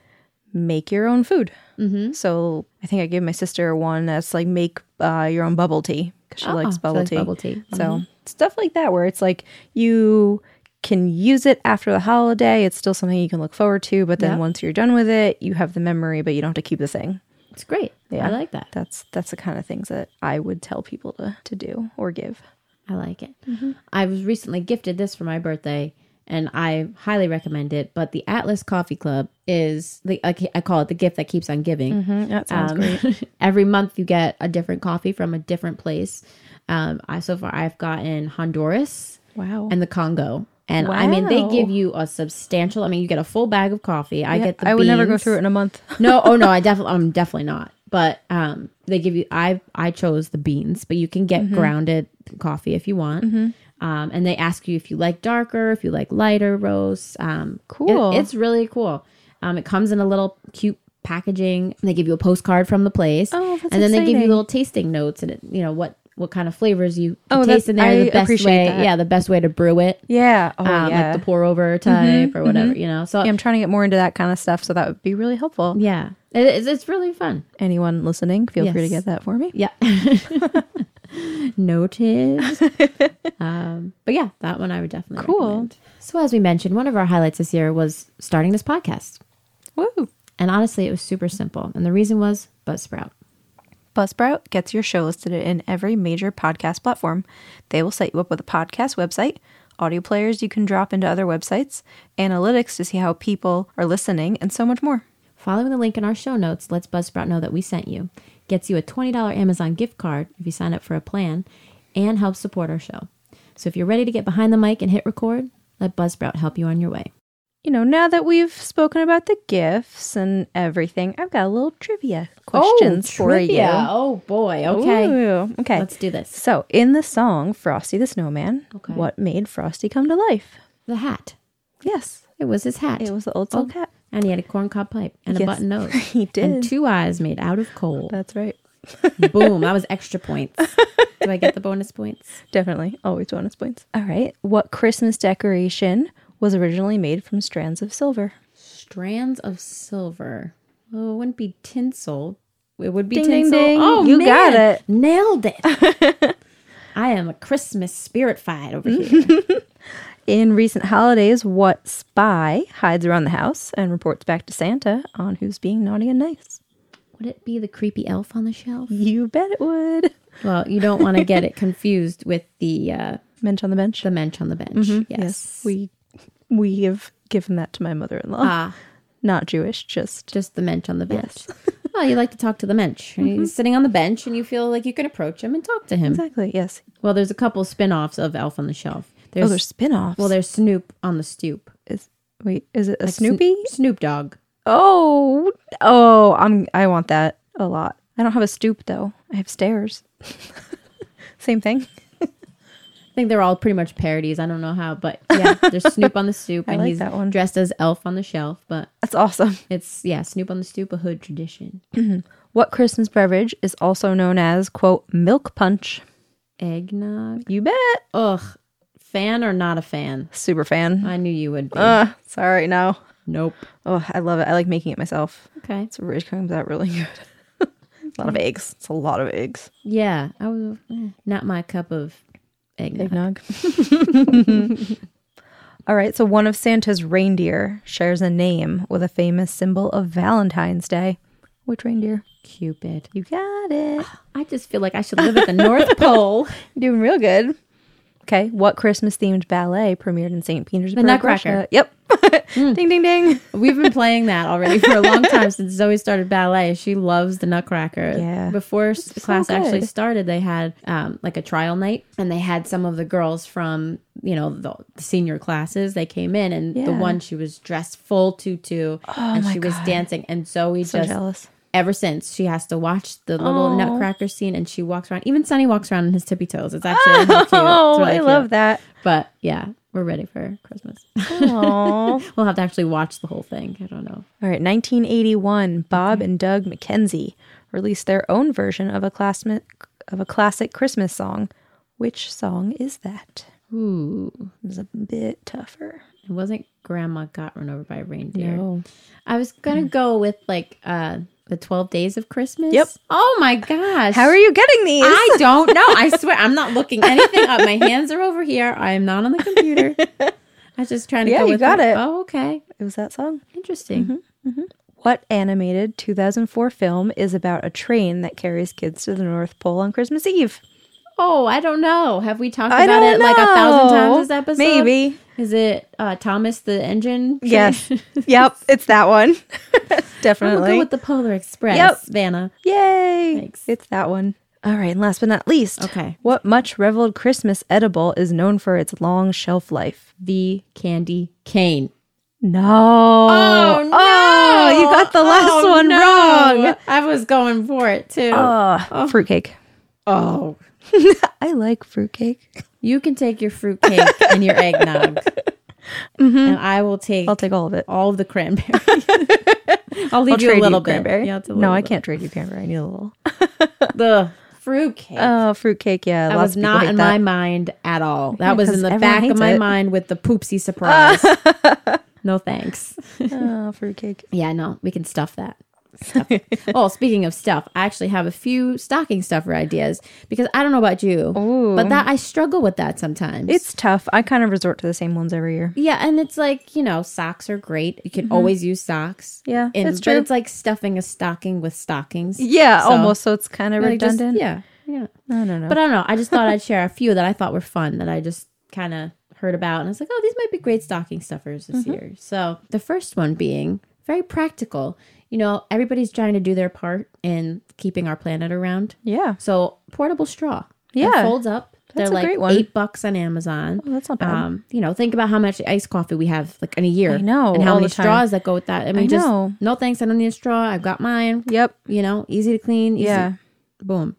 Speaker 2: make your own food. Mm-hmm. So I think I gave my sister one that's like make uh, your own bubble tea because she
Speaker 1: Oh,
Speaker 2: likes
Speaker 1: she
Speaker 2: bubble
Speaker 1: likes
Speaker 2: tea.
Speaker 1: bubble tea.
Speaker 2: So stuff like that where it's like you can use it after the holiday. It's still something you can look forward to, but then
Speaker 1: Yeah.
Speaker 2: once you're done with it, you have the memory, but you don't have to keep the thing.
Speaker 1: It's great.
Speaker 2: Yeah.
Speaker 1: I like that.
Speaker 2: That's that's the kind of things that I would tell people to, to do or give.
Speaker 1: I like it.
Speaker 2: Mm-hmm.
Speaker 1: I was recently gifted this for my birthday, and I highly recommend it. But the Atlas Coffee Club is the I ca- I call it the gift that keeps on giving.
Speaker 2: That sounds
Speaker 1: Um, (laughs) every month you get a different coffee from a different place. Um, I so far I've gotten Honduras
Speaker 2: Wow.
Speaker 1: and the Congo, and I mean they
Speaker 2: Wow.
Speaker 1: give you a substantial. I mean you get a full bag of coffee. I get the
Speaker 2: I would never go
Speaker 1: beans.
Speaker 2: through it in a month. (laughs)
Speaker 1: no, oh no, I definitely, I'm definitely not. But um, they give you. I I chose the beans, but you can get
Speaker 2: Mm-hmm.
Speaker 1: grounded coffee if you want. Um, and they ask you if you like darker, if you like lighter roasts. Um, it-
Speaker 2: Cool.
Speaker 1: it's really cool. Um, it comes in a little cute packaging. They give you a postcard from the place.
Speaker 2: Oh, that's
Speaker 1: and then they give you
Speaker 2: exciting.
Speaker 1: little tasting notes and it, you know what what kind of flavors you
Speaker 2: Oh,
Speaker 1: taste
Speaker 2: that-
Speaker 1: in there.
Speaker 2: I
Speaker 1: the best
Speaker 2: appreciate
Speaker 1: way,
Speaker 2: that.
Speaker 1: yeah, the best way to brew it.
Speaker 2: Yeah. Oh,
Speaker 1: Um,
Speaker 2: yeah. Mm-hmm.
Speaker 1: Like the pour over type or whatever, you know. So
Speaker 2: Yeah, I'm trying to get more into that kind of stuff, so that would be really helpful.
Speaker 1: yeah, it, it's, it's really fun.
Speaker 2: Anyone listening, feel free to
Speaker 1: Yes.
Speaker 2: get that for me.
Speaker 1: Yeah. (laughs)
Speaker 2: (laughs)
Speaker 1: Noted. um, but yeah, that one I would definitely
Speaker 2: Cool.
Speaker 1: recommend. So as we mentioned, one of our highlights this year was starting this podcast.
Speaker 2: Woo!
Speaker 1: And honestly, it was super simple. And the reason was Buzzsprout.
Speaker 2: Buzzsprout gets your show listed in every major podcast platform. They will set you up with a podcast website, audio players you can drop into other websites, analytics to see how people are listening, and so much more.
Speaker 1: Following the link in our show notes lets Buzzsprout know that we sent you, gets you a $20 Amazon gift card if you sign up for a plan, and helps support our show. So if you're ready to get behind the mic and hit record, let Buzzsprout help you on your way.
Speaker 2: You know, now that we've spoken about the gifts and everything, I've got a little trivia questions for you.
Speaker 1: Oh boy. Okay.
Speaker 2: Ooh, okay.
Speaker 1: Let's do this.
Speaker 2: so, in the song Frosty the Snowman,
Speaker 1: Okay.
Speaker 2: what made Frosty come to life?
Speaker 1: The hat.
Speaker 2: Yes,
Speaker 1: It was his hat.
Speaker 2: it was the old soul cat.
Speaker 1: And he had a corncob pipe Oh, and a
Speaker 2: Yes,
Speaker 1: button (laughs) nose.
Speaker 2: (laughs) he
Speaker 1: And
Speaker 2: did.
Speaker 1: two eyes made out of (laughs) coal.
Speaker 2: That's right.
Speaker 1: Boom. That was extra (laughs) points. Do I get the bonus points?
Speaker 2: Definitely. Always bonus points. All right. What Christmas decoration was originally made from strands of silver?
Speaker 1: Strands of silver. Oh, it wouldn't be tinsel. It would be
Speaker 2: Ding, ding,
Speaker 1: tinsel.
Speaker 2: ding.
Speaker 1: Oh,
Speaker 2: You got
Speaker 1: man.
Speaker 2: it.
Speaker 1: Nailed it. (laughs) I am a Christmas spirit fied over here.
Speaker 2: In recent holidays, what spy hides around the house and reports back to Santa on who's being naughty and nice?
Speaker 1: Would it be the creepy elf on the shelf?
Speaker 2: You bet it would.
Speaker 1: Well, you don't want to get it confused with the uh,
Speaker 2: Mensch on the bench.
Speaker 1: the mensch on the bench. Mm-hmm. Yes.
Speaker 2: We we have given that to my mother-in-law.
Speaker 1: Ah.
Speaker 2: Not Jewish, just
Speaker 1: just the mensch on the bench. (laughs) well, you like to talk to the mensch. He's sitting on the bench, and you feel like you can approach him and talk to him.
Speaker 2: Mm-hmm. exactly. Yes.
Speaker 1: Well, there's a couple spin-offs of Elf on the Shelf. There's,
Speaker 2: Oh, there's spin-offs.
Speaker 1: well, there's Snoop on the stoop.
Speaker 2: is, wait, is it a Snoopy?
Speaker 1: Sn- Snoop Dogg.
Speaker 2: Oh, oh, I'm I want that a lot. I don't have a stoop though. I have stairs. (laughs) Same thing.
Speaker 1: I think they're all pretty much parodies. I don't know how, but
Speaker 2: (laughs)
Speaker 1: yeah, there's Snoop on the stoop, and
Speaker 2: like
Speaker 1: he's
Speaker 2: that one.
Speaker 1: dressed as Elf on the Shelf. But
Speaker 2: That's awesome.
Speaker 1: it's yeah, Snoop on the stoop, a hood tradition.
Speaker 2: What Christmas beverage is also known as quote milk punch?
Speaker 1: Eggnog.
Speaker 2: You bet.
Speaker 1: Ugh, fan or not a fan?
Speaker 2: Super fan.
Speaker 1: I knew you would be.
Speaker 2: Uh, sorry, no.
Speaker 1: nope.
Speaker 2: Oh, I love it. I like making it myself.
Speaker 1: Okay.
Speaker 2: It's it comes out really good. (laughs) a lot of eggs. It's a lot of eggs.
Speaker 1: Yeah, I was eh, not my cup of eggnog.
Speaker 2: Eggnog. (laughs) All right, so one of Santa's reindeer shares a name with a famous symbol of Valentine's Day. Which reindeer?
Speaker 1: Cupid.
Speaker 2: You got it.
Speaker 1: I just feel like I should live at the
Speaker 2: (laughs)
Speaker 1: North Pole.
Speaker 2: (sighs) Doing real good. Okay, what Christmas themed ballet premiered in St. Petersburg?
Speaker 1: Nutcracker.
Speaker 2: Russia? (laughs) Yep. Hmm. Ding, ding, ding.
Speaker 1: We've been playing that already for a long time since Zoe started ballet. She loves the Nutcracker.
Speaker 2: Yeah.
Speaker 1: Before s- class
Speaker 2: good.
Speaker 1: actually started, they had um, like a trial night, and they had some of the girls from you know the, the senior classes. They came in, and the
Speaker 2: Yeah. Oh
Speaker 1: one she was dressed full tutu, and she was dancing. And Zoe
Speaker 2: So
Speaker 1: just
Speaker 2: jealous.
Speaker 1: ever since she has to watch the little Nutcracker scene, and she walks around. Even Sunny walks around on his tippy toes. It's actually really cute. It's
Speaker 2: (laughs) Oh,
Speaker 1: really
Speaker 2: I
Speaker 1: cute.
Speaker 2: love that.
Speaker 1: But yeah, we're ready for Christmas.
Speaker 2: (laughs) Aw.
Speaker 1: (laughs) We'll have to actually watch the whole thing. I don't know.
Speaker 2: (laughs) All right, 1981, Bob and Doug McKenzie released their own version of a classmate of a classic Christmas song. Which song is that?
Speaker 1: Ooh,
Speaker 2: It was a bit tougher.
Speaker 1: it
Speaker 2: Oh.
Speaker 1: wasn't Grandma got run over by a reindeer. I was gonna go with like uh The Twelve Days of Christmas.
Speaker 2: Mm. Yep.
Speaker 1: Oh my gosh.
Speaker 2: How are you getting these?
Speaker 1: I don't know. I swear, I'm not looking anything up. My hands are over here. I am not on the
Speaker 2: (laughs)
Speaker 1: computer. I'm just trying to
Speaker 2: Yeah,
Speaker 1: go
Speaker 2: you
Speaker 1: with
Speaker 2: got
Speaker 1: what-
Speaker 2: it. Mm-hmm.
Speaker 1: Oh, okay.
Speaker 2: it was that song.
Speaker 1: Interesting.
Speaker 2: What animated 2004 film is about a train that carries kids to the North Pole on Christmas Eve?
Speaker 1: Oh, I don't know. Have we talked
Speaker 2: I
Speaker 1: about
Speaker 2: don't
Speaker 1: it like a thousand times this
Speaker 2: know.
Speaker 1: episode?
Speaker 2: Maybe.
Speaker 1: Is it uh, Thomas the Engine? train?
Speaker 2: (laughs) Yes.
Speaker 1: (laughs)
Speaker 2: yep, it's that one.
Speaker 1: I'm
Speaker 2: (laughs) Definitely.
Speaker 1: gonna go with the Polar Express.
Speaker 2: Yep.
Speaker 1: Vanna.
Speaker 2: Yay!
Speaker 1: Thanks.
Speaker 2: It's that one. All right, and last but not least,
Speaker 1: Okay.
Speaker 2: what much reveled Christmas edible is known for its long shelf life?
Speaker 1: The Candy Cane.
Speaker 2: No.
Speaker 1: Oh, no.
Speaker 2: Oh, you got the last
Speaker 1: one Oh.
Speaker 2: one wrong.
Speaker 1: I was going for it too.
Speaker 2: Ugh, Fruitcake.
Speaker 1: oh.
Speaker 2: I like fruitcake.
Speaker 1: You can take your (laughs) fruitcake and your eggnog. And I will Mm-hmm. take
Speaker 2: I'll take all of it.
Speaker 1: all of the cranberry. I'll leave
Speaker 2: I'll
Speaker 1: you a
Speaker 2: trade
Speaker 1: little bit.
Speaker 2: cranberry.
Speaker 1: Yeah, it's a
Speaker 2: no,
Speaker 1: little
Speaker 2: I
Speaker 1: bit.
Speaker 2: can't trade you cranberry. I need a little.
Speaker 1: (laughs) The fruitcake.
Speaker 2: Oh, fruitcake. Yeah,
Speaker 1: Uh, that was
Speaker 2: lots of people
Speaker 1: not
Speaker 2: hate
Speaker 1: in
Speaker 2: that.
Speaker 1: my mind at all. That was
Speaker 2: 'cause
Speaker 1: in the
Speaker 2: everyone
Speaker 1: back of
Speaker 2: hates
Speaker 1: my
Speaker 2: it.
Speaker 1: mind with the (laughs) poopsie surprise. no thanks.
Speaker 2: Oh, fruitcake.
Speaker 1: Yeah, no, we can stuff that. Stuff. (laughs) oh, speaking of stuff, I actually have a few stocking stuffer ideas because I don't know about you, but that I struggle with that sometimes.
Speaker 2: It's tough. I kind of resort to the same ones every year.
Speaker 1: yeah, and it's like you know, socks are great. You can always use socks.
Speaker 2: Yeah,
Speaker 1: and,
Speaker 2: that's
Speaker 1: But
Speaker 2: true.
Speaker 1: it's like stuffing a stocking with stockings.
Speaker 2: Yeah,
Speaker 1: So-
Speaker 2: almost. So it's kind of
Speaker 1: Like, just-
Speaker 2: redundant.
Speaker 1: yeah, yeah.
Speaker 2: I don't know.
Speaker 1: But I don't know. I just thought I'd share a few that I thought were fun that I just kind of heard about. And I was like, oh, these might be great stocking stuffers this
Speaker 2: Mm-hmm.
Speaker 1: year. So the first one being very practical. You know, everybody's trying to do their part in keeping our planet around.
Speaker 2: yeah.
Speaker 1: So portable straw. It
Speaker 2: Yeah.
Speaker 1: folds up. They're
Speaker 2: That's a
Speaker 1: like
Speaker 2: great one.
Speaker 1: eight bucks on Amazon.
Speaker 2: Oh, that's not bad.
Speaker 1: Um, you know, think about how much iced coffee we have like in a year.
Speaker 2: I know,
Speaker 1: And how
Speaker 2: all
Speaker 1: many
Speaker 2: the time.
Speaker 1: straws that go with that. I mean, just
Speaker 2: know.
Speaker 1: no thanks. I don't need a straw. I've got mine.
Speaker 2: yep.
Speaker 1: You know, easy to clean. Easy.
Speaker 2: Yeah.
Speaker 1: Boom.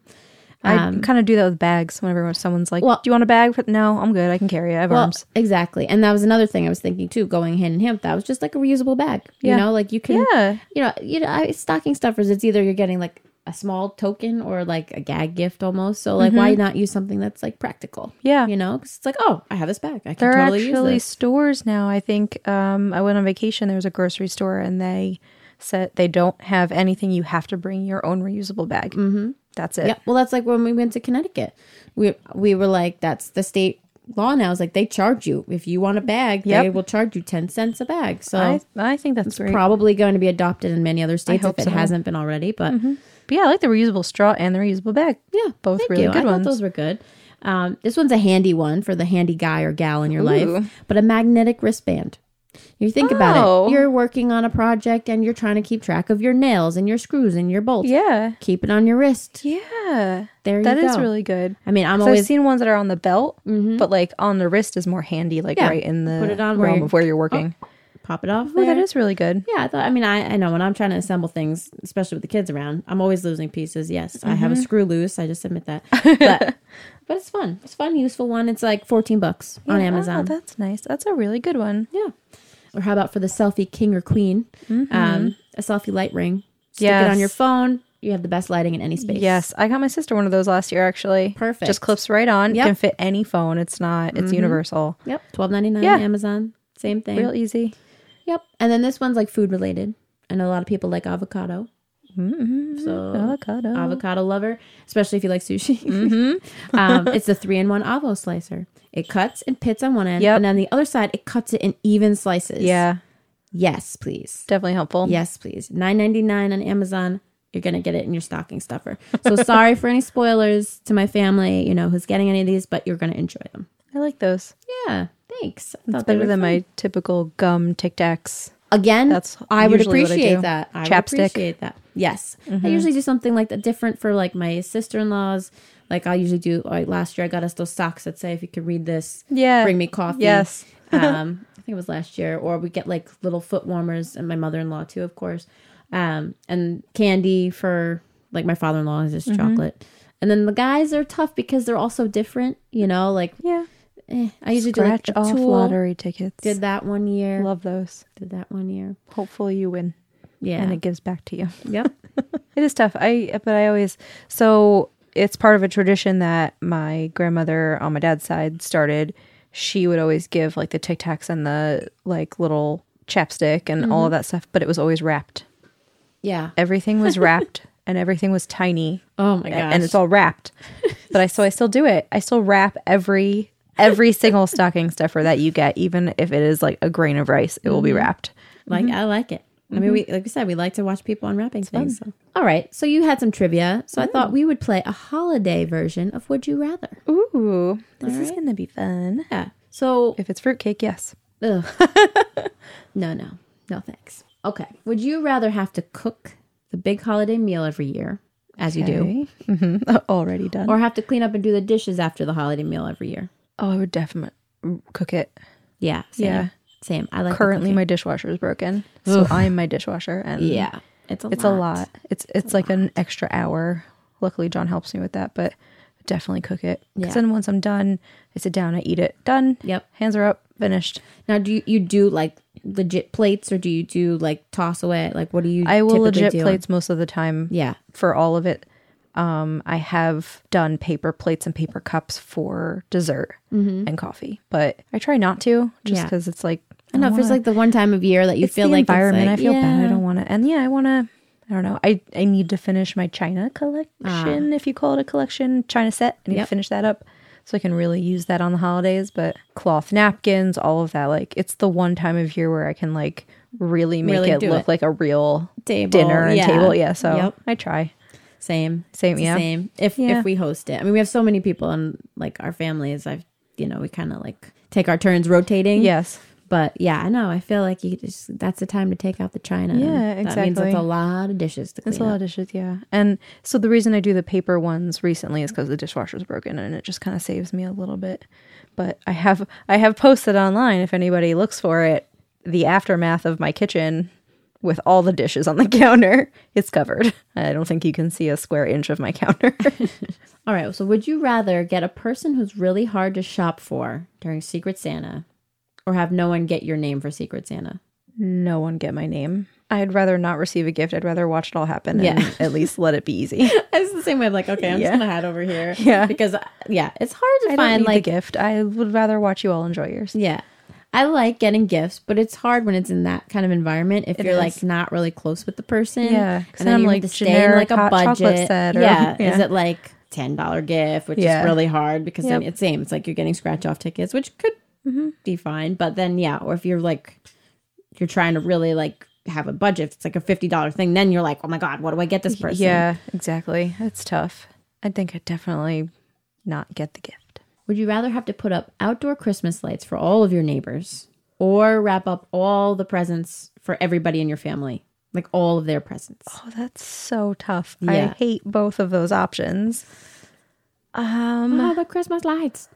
Speaker 2: I kind of do that with bags whenever someone's like,
Speaker 1: Um, Well-
Speaker 2: "Do you want a bag?" But no, I'm good. I can carry. it. I have
Speaker 1: Well,
Speaker 2: arms.
Speaker 1: exactly. And that was another thing I was thinking too, going hand in hand with that was just like a reusable bag. You
Speaker 2: Yeah.
Speaker 1: know, like you can
Speaker 2: Yeah.
Speaker 1: you know, you know, I, stocking stuffers, it's either you're getting like a small token or like a gag gift almost. So like why not use something that's like practical?
Speaker 2: Mm-hmm. Yeah.
Speaker 1: You know, 'Cause it's like, oh, I have this bag. I can
Speaker 2: There are
Speaker 1: totally use
Speaker 2: actually
Speaker 1: this.
Speaker 2: stores now. I think um, I went on vacation. There was a grocery store, and they said they don't have anything. You have to bring your own reusable bag. Mm-hmm. That's it.
Speaker 1: Yeah. Well, that's like when we went to Connecticut. We we were like, that's the state law now. Is like they charge you if you want a bag, they
Speaker 2: Yep.
Speaker 1: will charge you ten cents a bag. So
Speaker 2: I, I think that's great.
Speaker 1: probably going to be adopted in many other states if
Speaker 2: hope
Speaker 1: it
Speaker 2: so. Mm-hmm.
Speaker 1: hasn't been already. But
Speaker 2: but yeah, I like the reusable straw and the reusable bag.
Speaker 1: Yeah,
Speaker 2: both
Speaker 1: thank
Speaker 2: really
Speaker 1: you. I
Speaker 2: good
Speaker 1: thought
Speaker 2: ones.
Speaker 1: Those were good. Um, this one's a handy one for the handy guy or gal in your
Speaker 2: Ooh.
Speaker 1: life, but a magnetic wristband. You think about
Speaker 2: Oh.
Speaker 1: it. You're working on a project and you're trying to keep track of your nails and your screws and your bolts.
Speaker 2: Yeah,
Speaker 1: Keep it on your wrist.
Speaker 2: yeah.
Speaker 1: There
Speaker 2: That
Speaker 1: you
Speaker 2: is
Speaker 1: go.
Speaker 2: really good.
Speaker 1: I mean, I'm
Speaker 2: 'Cause I've Mm-hmm.
Speaker 1: always
Speaker 2: seen ones that are on the belt, but like on the wrist is more handy, like
Speaker 1: Yeah.
Speaker 2: right in the
Speaker 1: Put it on where
Speaker 2: realm
Speaker 1: you're-
Speaker 2: of where you're working.
Speaker 1: pop it off.
Speaker 2: Oh, that
Speaker 1: there.
Speaker 2: is really good.
Speaker 1: Yeah, I thought. I mean, I, I know when I'm trying to assemble things, especially with the kids around, I'm always losing pieces. Yes, I
Speaker 2: Mm-hmm.
Speaker 1: have a screw loose. I just admit that.
Speaker 2: (laughs)
Speaker 1: But, but it's fun. It's fun, useful one. It's like 14 bucks on
Speaker 2: Yeah. Oh,
Speaker 1: Amazon.
Speaker 2: that's nice. That's a really good one.
Speaker 1: Yeah. Or how about for the selfie king or queen? Um, a selfie light ring. Stick it on
Speaker 2: Mm-hmm. Yes.
Speaker 1: your phone. You have the best lighting in any space.
Speaker 2: Yes, I got my sister one of those last year actually.
Speaker 1: Perfect.
Speaker 2: Just clips right on.
Speaker 1: Yep.
Speaker 2: Can fit any phone. It's not. It's universal.
Speaker 1: Yep. Twelve ninety nine
Speaker 2: Yeah.
Speaker 1: on Amazon. Same thing.
Speaker 2: Real easy.
Speaker 1: Yep. And then this one's like food related. I know a lot of people like avocado.
Speaker 2: Mm-hmm.
Speaker 1: So
Speaker 2: Avocado.
Speaker 1: avocado lover, especially if you like sushi.
Speaker 2: Mm-hmm.
Speaker 1: (laughs) um, it's the three in one avo slicer. It cuts and pits on one end,
Speaker 2: Yep.
Speaker 1: and on the other side, it cuts it in even slices.
Speaker 2: yeah,
Speaker 1: Yes, please.
Speaker 2: definitely helpful.
Speaker 1: Yes, please. Nine ninety nine on Amazon. You're gonna get it in your stocking stuffer. So (laughs) sorry for any spoilers to my family, you know, who's getting any of these, but you're gonna enjoy them.
Speaker 2: I like those.
Speaker 1: Yeah, thanks. I
Speaker 2: It's
Speaker 1: thought they
Speaker 2: better
Speaker 1: were
Speaker 2: than
Speaker 1: fun.
Speaker 2: my typical gum Tic Tacs.
Speaker 1: Again,
Speaker 2: That's
Speaker 1: I would
Speaker 2: usually what I
Speaker 1: appreciate
Speaker 2: do.
Speaker 1: that. I would
Speaker 2: Chapstick. Mm-hmm.
Speaker 1: appreciate that. Yes, I usually do something like that different for like my sister in laws. Like I usually do. Like last year, I got us those socks that say, "If you could read this,
Speaker 2: Yeah.
Speaker 1: bring me coffee."
Speaker 2: Yes. (laughs)
Speaker 1: um, I think it was last year, or we get like little foot warmers, and my mother in law too, of course, um, and candy for like my father in law is just
Speaker 2: Mm-hmm.
Speaker 1: chocolate, and then the guys are tough because they're all so different, you know. Like
Speaker 2: Yeah.
Speaker 1: eh, I usually
Speaker 2: Scratch
Speaker 1: do like a
Speaker 2: off
Speaker 1: tool.
Speaker 2: lottery tickets.
Speaker 1: Did that one year.
Speaker 2: Love those.
Speaker 1: Did that one year.
Speaker 2: Hopefully you win
Speaker 1: Yeah.
Speaker 2: and it gives back to you.
Speaker 1: (laughs) yep.
Speaker 2: (laughs) It is tough. I but I always so it's part of a tradition that my grandmother on my dad's side started. She would always give like the Tic
Speaker 1: Mm-hmm.
Speaker 2: Tacs and the like little chapstick and all of that stuff, but it was always wrapped.
Speaker 1: Yeah.
Speaker 2: Everything was
Speaker 1: (laughs)
Speaker 2: wrapped and everything was tiny.
Speaker 1: Oh my
Speaker 2: a-
Speaker 1: gosh.
Speaker 2: And it's all wrapped. But I so I still do it. I still wrap every every (laughs) single stocking stuffer that you get, even if it is like a grain of rice, it will be wrapped.
Speaker 1: Like
Speaker 2: Mm-hmm.
Speaker 1: I like it. I mean, we like we said, we like to watch people unwrapping things. so. All right, so you had some trivia, so I thought we would play a holiday version of Would You Rather.
Speaker 2: Mm. Ooh, this is gonna be fun.
Speaker 1: Yeah. So
Speaker 2: If it's fruitcake, yes.
Speaker 1: ugh. (laughs) no, no, no, thanks. Okay. Would you rather have to cook the big holiday meal every year, as you do,
Speaker 2: hmm (laughs) Already done.
Speaker 1: or have to clean up and do the dishes after the holiday meal every year?
Speaker 2: oh, I would definitely cook it.
Speaker 1: Yeah. Same.
Speaker 2: Yeah.
Speaker 1: Same. I like the
Speaker 2: Currently,
Speaker 1: cooking.
Speaker 2: my dishwasher is broken, so I'm my dishwasher, and
Speaker 1: yeah. It's a
Speaker 2: it's a lot. It's it's like an extra hour. Luckily, John helps me with that, but definitely cook it. 'Cause
Speaker 1: Yeah.
Speaker 2: then once I'm done, I sit down, I eat it, done.
Speaker 1: Yep.
Speaker 2: hands are up, finished.
Speaker 1: Now, do you, you do like legit plates, or do you do like toss away? Like, what do you?
Speaker 2: I will
Speaker 1: typically
Speaker 2: legit
Speaker 1: do?
Speaker 2: plates most of the time.
Speaker 1: Yeah.
Speaker 2: for all of it. Um, I have done paper plates and paper cups for dessert and coffee, but I try not to
Speaker 1: Mm-hmm.
Speaker 2: just
Speaker 1: Yeah.
Speaker 2: because it's like
Speaker 1: I know if it's
Speaker 2: wanna-
Speaker 1: like the one time of year that you
Speaker 2: it's
Speaker 1: feel
Speaker 2: the
Speaker 1: like it's
Speaker 2: environment.
Speaker 1: like,
Speaker 2: I feel bad.
Speaker 1: yeah.
Speaker 2: I don't want to. And yeah, I want to. I don't know. I I need to finish my China collection, if you call it a collection, China set. I need
Speaker 1: Ah. Yep.
Speaker 2: to finish that up so I can really use that on the holidays. But cloth napkins, all of that. Like it's the one time of year where I can like really make
Speaker 1: Really
Speaker 2: it
Speaker 1: do
Speaker 2: look
Speaker 1: it.
Speaker 2: like a real
Speaker 1: Table,
Speaker 2: dinner and
Speaker 1: yeah.
Speaker 2: table. Yeah. So
Speaker 1: Yep.
Speaker 2: I try.
Speaker 1: Same,
Speaker 2: Same,
Speaker 1: It's the
Speaker 2: yeah.
Speaker 1: same. If
Speaker 2: Yeah.
Speaker 1: if we host it, I mean, we have so many people and like our families. I've you know we kind of like take our turns rotating.
Speaker 2: Yes.
Speaker 1: but yeah, I know. I feel like you just that's the time to take out the china. and
Speaker 2: Yeah,
Speaker 1: That means
Speaker 2: exactly.
Speaker 1: it's a lot of dishes to clean
Speaker 2: It's a lot
Speaker 1: up.
Speaker 2: of dishes, yeah. And so the reason I do the paper ones recently is because the dishwasher's broken, and it just kind of saves me a little bit. But I have I have posted online if anybody looks for it the aftermath of my kitchen with all the dishes on the (laughs) counter. It's covered. I don't think you can see a square inch of my counter. (laughs)
Speaker 1: All right, so would you rather get a person who's really hard to shop for during Secret Santa, or have no one get your name for Secret Santa? (laughs)
Speaker 2: no one get my name. I'd rather not receive a gift. I'd rather watch it all happen
Speaker 1: Yeah.
Speaker 2: and at least let it be easy.
Speaker 1: It's the same way. I'm like, okay, I'm
Speaker 2: Yeah.
Speaker 1: just gonna hide over here.
Speaker 2: (laughs) Yeah.
Speaker 1: because uh, yeah, it's hard to
Speaker 2: (laughs) I don't
Speaker 1: find
Speaker 2: need
Speaker 1: like
Speaker 2: the gift. I would rather watch you all enjoy yours.
Speaker 1: Yeah. I like getting gifts, but it's hard when it's in that kind of environment if
Speaker 2: It
Speaker 1: you're like
Speaker 2: is.
Speaker 1: not really close with the person.
Speaker 2: Yeah, 'cause
Speaker 1: And
Speaker 2: then
Speaker 1: then
Speaker 2: I'm
Speaker 1: you like
Speaker 2: like,
Speaker 1: to stay in like
Speaker 2: generic
Speaker 1: a
Speaker 2: hot chocolate
Speaker 1: budget.
Speaker 2: (laughs) set or-
Speaker 1: yeah. Is
Speaker 2: yeah.
Speaker 1: it like ten dollar gift, which
Speaker 2: Yeah.
Speaker 1: is really hard because then
Speaker 2: Yep. Mm-hmm.
Speaker 1: it's same. It's like you're getting scratch off tickets, which could be fine. But then yeah, or if you're like you're trying to really like have a budget, if it's like a fifty dollar thing, then you're like, Oh my god, what do I get this person?
Speaker 2: Yeah, exactly. It's tough. I think I'd definitely not get the gift.
Speaker 1: Would you rather have to put up outdoor Christmas lights for all of your neighbors or wrap up all the presents for everybody in your family? Like all of their presents.
Speaker 2: Oh, that's so tough.
Speaker 1: Yeah.
Speaker 2: I hate both of those options. Um,
Speaker 1: All the Christmas lights.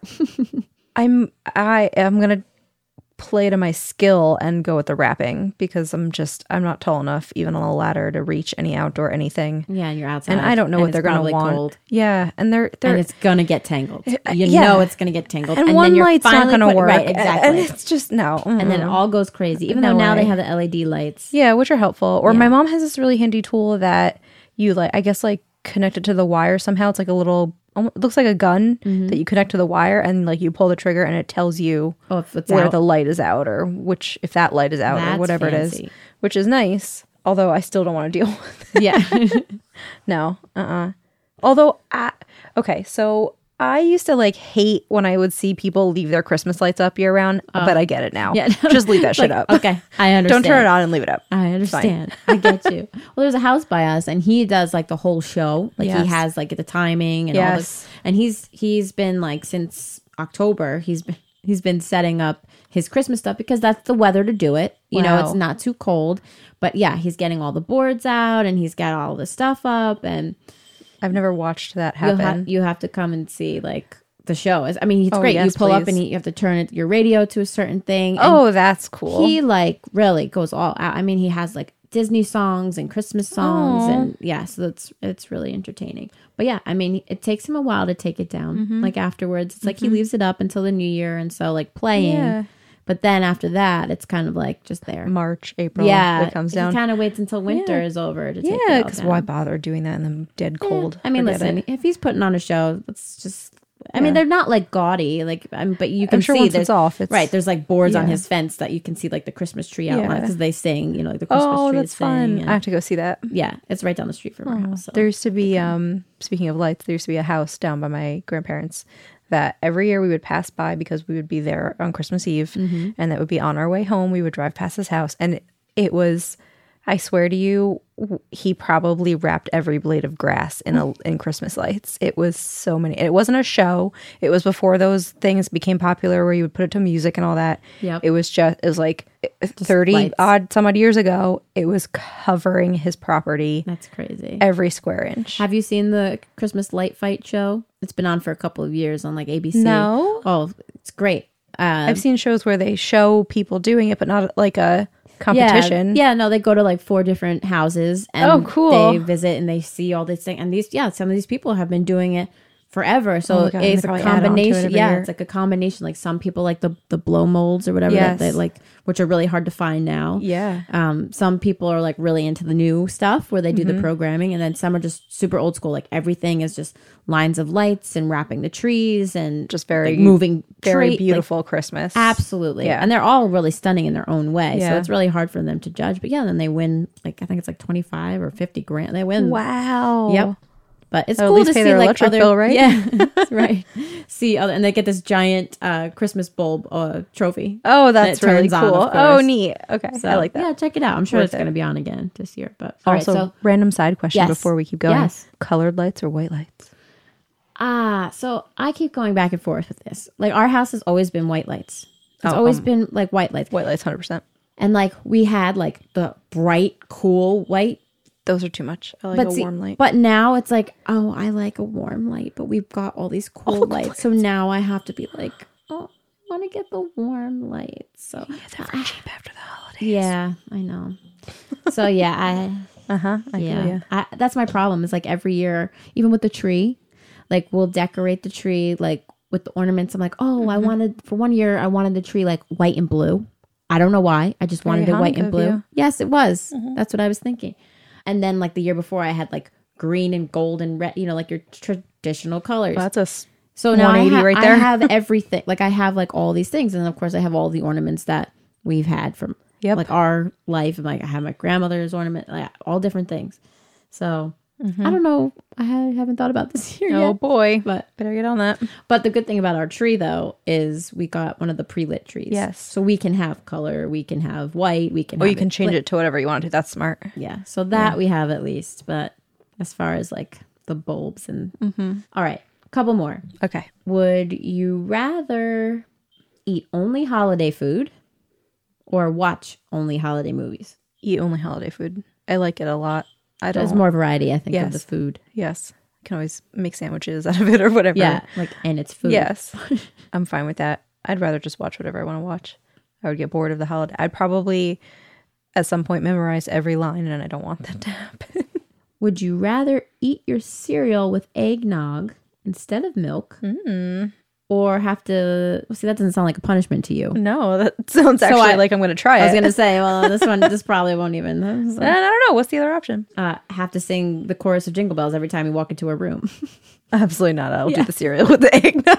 Speaker 2: I'm I am gonna play to my skill and go with the wrapping because I'm just I'm not tall enough even on a ladder to reach any outdoor anything,
Speaker 1: Yeah, and you're outside.
Speaker 2: and I don't know what
Speaker 1: it's
Speaker 2: they're gonna
Speaker 1: probably
Speaker 2: want. Yeah, and they're they're Uh,
Speaker 1: And it's gonna get tangled. You
Speaker 2: yeah.
Speaker 1: know it's gonna get tangled.
Speaker 2: and one
Speaker 1: then you're
Speaker 2: light's not
Speaker 1: finally
Speaker 2: gonna
Speaker 1: put-
Speaker 2: work.
Speaker 1: Right,
Speaker 2: And (laughs)
Speaker 1: exactly.
Speaker 2: it's just no.
Speaker 1: And then it
Speaker 2: mm-mm.
Speaker 1: all goes crazy. Even
Speaker 2: No
Speaker 1: though now they
Speaker 2: way.
Speaker 1: have the LED lights.
Speaker 2: Yeah, which are helpful. Or my mom has this really handy tool that you like, I guess, like connect it to the wire somehow. It's like a little, almo- it looks like a gun
Speaker 1: Mm-hmm.
Speaker 2: that you connect to the wire and like you pull the trigger and it tells you
Speaker 1: Oh, if it's
Speaker 2: where
Speaker 1: out.
Speaker 2: the light is out or which, if that light is out
Speaker 1: That's
Speaker 2: or whatever it
Speaker 1: fancy.
Speaker 2: is, which is nice. Although I still don't want to deal (laughs) with it.
Speaker 1: yeah.
Speaker 2: No, uh uh Although, I, okay, so I used to like hate when I would see people leave their Christmas lights up year round, but I get it now.
Speaker 1: Oh. Yeah. (laughs)
Speaker 2: Just leave that shit up.
Speaker 1: okay. I
Speaker 2: (laughs) Don't
Speaker 1: understand.
Speaker 2: turn it on and leave it up.
Speaker 1: I
Speaker 2: (laughs)
Speaker 1: understand. I get you. Well, there's a house by us, and he does like the whole show. Like
Speaker 2: Yes.
Speaker 1: he has like the timing and all this.
Speaker 2: Yes.
Speaker 1: And he's he's been like since October. He's been he's been setting up his Christmas stuff because that's the weather to do it. You know,
Speaker 2: Wow.
Speaker 1: it's not too cold. But yeah, he's getting all the boards out, and he's got all the stuff up, and
Speaker 2: I've never watched that
Speaker 1: you
Speaker 2: happen.
Speaker 1: have you have to come and see like the show. It's- I mean, it's great. you
Speaker 2: Oh, yes,
Speaker 1: pull up
Speaker 2: please.
Speaker 1: and you have to turn it, your radio to a certain thing. and
Speaker 2: Oh, that's cool.
Speaker 1: he like really goes all out. I mean, he has like Disney songs and Christmas songs,
Speaker 2: Aw.
Speaker 1: and yeah, so that's it's really entertaining. But yeah, I mean, it takes him a while to take it down.
Speaker 2: Mm-hmm.
Speaker 1: Like afterwards, it's like he leaves it up until the new year, and so like playing.
Speaker 2: Yeah.
Speaker 1: But then after that, it's kind of like just there.
Speaker 2: March, April,
Speaker 1: Yeah,
Speaker 2: it comes
Speaker 1: He
Speaker 2: down.
Speaker 1: kind of waits until winter is over to take it
Speaker 2: Yeah,
Speaker 1: all
Speaker 2: because
Speaker 1: down.
Speaker 2: why bother doing that in the dead cold?
Speaker 1: I mean,
Speaker 2: Forget
Speaker 1: listen,
Speaker 2: it.
Speaker 1: if he's putting on a show, let's just I mean, they're not like gaudy, like, um, but you can
Speaker 2: sure
Speaker 1: see
Speaker 2: once
Speaker 1: there's
Speaker 2: it's off, it's-
Speaker 1: right. There's like boards on
Speaker 2: Yeah.
Speaker 1: his fence that you can see like the Christmas tree outline
Speaker 2: Yeah.
Speaker 1: because they sing, you know, like the Christmas
Speaker 2: Oh,
Speaker 1: tree
Speaker 2: that's
Speaker 1: is
Speaker 2: fun.
Speaker 1: singing, and-
Speaker 2: I Oh. have to go see that.
Speaker 1: yeah, it's right down the street from our house. So.
Speaker 2: There used to be, um, speaking of lights, there used to be a house down by my grandparents that every year we would pass by because we would be there on Christmas Eve,
Speaker 1: Mm-hmm.
Speaker 2: and that would be on our way home. We would drive past his house, and it, it was, I swear to you, w- he probably wrapped every blade of grass
Speaker 1: (laughs)
Speaker 2: in a in Christmas lights. It was so many. and It wasn't a show. It was before those things became popular where you would put it to music and all that.
Speaker 1: Yep.
Speaker 2: It was just it was like thirty
Speaker 1: lights.
Speaker 2: odd some odd years ago. It was covering his property
Speaker 1: That's crazy.
Speaker 2: every square inch.
Speaker 1: Have you seen the Christmas light fight show? It's been on for a couple of years on like ABC.
Speaker 2: No.
Speaker 1: Oh, it's great. Uh,
Speaker 2: I've seen shows where they show people doing it, but not like a competition.
Speaker 1: Yeah, yeah, no, they go to like four different houses and
Speaker 2: Oh, cool.
Speaker 1: they visit and they see all these things. And these, yeah, some of these people have been doing it forever. So
Speaker 2: Oh God, and they
Speaker 1: it's a
Speaker 2: probably add on to it
Speaker 1: combination.
Speaker 2: every
Speaker 1: yeah,
Speaker 2: year.
Speaker 1: it's like a combination. Like some people like the, the blow molds or whatever that
Speaker 2: Yes.
Speaker 1: they like, which are really hard to find now.
Speaker 2: Yeah.
Speaker 1: Um, some people are like really into the new stuff where they do
Speaker 2: Mm-hmm.
Speaker 1: the programming, and then some are just super old school. Like everything is just lines of lights and wrapping the trees and
Speaker 2: Just very-
Speaker 1: like, moving,
Speaker 2: Very
Speaker 1: tree- like,
Speaker 2: beautiful Christmas.
Speaker 1: Absolutely.
Speaker 2: Yeah.
Speaker 1: And they're all really stunning in their own way. So
Speaker 2: Yeah.
Speaker 1: it's really hard for them to judge. But yeah, then they win like I think it's like 25 or 50 grand. They
Speaker 2: Mm.
Speaker 1: win.
Speaker 2: Wow.
Speaker 1: Yep. But it's
Speaker 2: They'll at
Speaker 1: cool
Speaker 2: least
Speaker 1: to
Speaker 2: pay
Speaker 1: see
Speaker 2: their
Speaker 1: like
Speaker 2: electric
Speaker 1: other
Speaker 2: bill, right?
Speaker 1: Yeah.
Speaker 2: (laughs)
Speaker 1: (laughs) right. See other and they get this giant uh Christmas bulb uh trophy.
Speaker 2: Oh, that's
Speaker 1: that
Speaker 2: really
Speaker 1: turns on,
Speaker 2: cool.
Speaker 1: of
Speaker 2: oh,
Speaker 1: course.
Speaker 2: neat. Okay.
Speaker 1: So,
Speaker 2: I like that.
Speaker 1: Yeah, check it out. I'm sure
Speaker 2: Worth
Speaker 1: it's
Speaker 2: it.
Speaker 1: going to be on again this year, but all right.
Speaker 2: Also,
Speaker 1: So
Speaker 2: random side question
Speaker 1: Yes.
Speaker 2: before we keep going.
Speaker 1: Yes.
Speaker 2: Colored lights or white lights?
Speaker 1: Ah, so I keep going back and forth with this. Like our house has always been white lights.
Speaker 2: Oh,
Speaker 1: It's
Speaker 2: um,
Speaker 1: always been like white lights.
Speaker 2: White lights, 100%.
Speaker 1: And like we had like the bright, cool white
Speaker 2: Those are too much. I like a
Speaker 1: see-
Speaker 2: warm light.
Speaker 1: But now it's like, oh, I like a warm light, but we've got all these
Speaker 2: Oh,
Speaker 1: cool lights. So now I have to be like, oh, I want to get the warm light. So yeah,
Speaker 2: They're very cheap after the holiday.
Speaker 1: I know. so yeah, I
Speaker 2: Uh huh.
Speaker 1: yeah, I, that's my problem. Is like every year, even with the tree, like we'll decorate the tree like with the ornaments. I'm like, oh, I wanted for one year, I wanted the tree like white and blue. I don't know why. I just wanted it white
Speaker 2: Hanukkah
Speaker 1: and
Speaker 2: of
Speaker 1: blue.
Speaker 2: you.
Speaker 1: Yes, it was. That's what I was thinking. And then like the year before, I had like green and gold and red. You know, like your traditional colors.
Speaker 2: Well, that's a s-
Speaker 1: So now I,
Speaker 2: 180
Speaker 1: ha-
Speaker 2: right
Speaker 1: I
Speaker 2: there. (laughs)
Speaker 1: have everything. Like I have like all these things, and of course I have all the ornaments that we've had from
Speaker 2: Yep.
Speaker 1: like our life. And like I have my grandmother's ornament, like all different things. So
Speaker 2: Mm-hmm.
Speaker 1: I don't know. I ha- haven't thought about this (laughs) year
Speaker 2: Oh,
Speaker 1: yet.
Speaker 2: boy.
Speaker 1: But
Speaker 2: Better get on that.
Speaker 1: but the good thing about our tree though is we got one of the pre lit trees.
Speaker 2: Yes.
Speaker 1: So we can have color. We can have white. We can.
Speaker 2: Well,
Speaker 1: have
Speaker 2: you can
Speaker 1: it
Speaker 2: change it to whatever you want to. That's smart.
Speaker 1: yeah. So that we have at least. But as far as like the bulbs and
Speaker 2: Mm-hmm.
Speaker 1: All right, couple more.
Speaker 2: Okay.
Speaker 1: Would you rather eat only holiday food or watch only holiday movies?
Speaker 2: eat only holiday food. I like it a lot. I
Speaker 1: There's
Speaker 2: don't.
Speaker 1: more variety, I think, of
Speaker 2: Yes.
Speaker 1: the food.
Speaker 2: yes, I can always make sandwiches (laughs) out of it or whatever.
Speaker 1: Yeah, like and it's food.
Speaker 2: Yes, (laughs) I'm fine with that. I'd rather just watch whatever I want to watch. I would get bored of the holiday. I'd probably, at some point, memorize every line, and I don't want that to happen.
Speaker 1: Would you rather eat your cereal with eggnog instead of milk, Mm. or have to see? That doesn't sound like a punishment to you.
Speaker 2: no, that (laughs) sounds actually
Speaker 1: I-
Speaker 2: like I'm going to try
Speaker 1: I was
Speaker 2: it.
Speaker 1: (laughs) gonna say, well, this one, this probably won't even (laughs)
Speaker 2: And I don't know. What's the other option?
Speaker 1: uh, have to sing the chorus of Jingle Bells every time you walk into a room. (laughs)
Speaker 2: Absolutely not. I'll do the cereal with the (laughs) eggnog.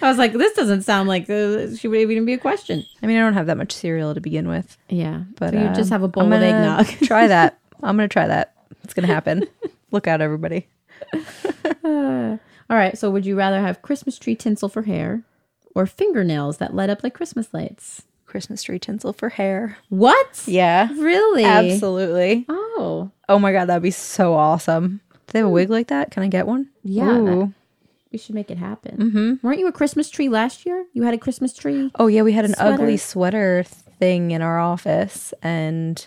Speaker 1: I was like, this doesn't sound like uh, she would even be a question.
Speaker 2: I mean, I don't have that much cereal to begin with,
Speaker 1: Yeah, but
Speaker 2: but
Speaker 1: you
Speaker 2: uh,
Speaker 1: just have a bowl
Speaker 2: I'm
Speaker 1: of
Speaker 2: gonna (laughs)
Speaker 1: eggnog.
Speaker 2: try that. I'm going to try that. It's going to (laughs) happen. Look out, everybody.
Speaker 1: All right. So, would you rather have Christmas tree tinsel for hair or fingernails that light up like Christmas lights?
Speaker 2: Christmas tree tinsel for hair.
Speaker 1: What?
Speaker 2: Yeah.
Speaker 1: Really?
Speaker 2: Absolutely.
Speaker 1: Oh,
Speaker 2: Oh my god, that'd be so awesome. Do they have a wig like that? Can I get one?
Speaker 1: Yeah,
Speaker 2: Ooh.
Speaker 1: that- we should make it happen. Mm-hmm. Weren't you a Christmas tree last year? You had a Christmas tree.
Speaker 2: oh yeah, we had an ugly sweater thing in our office and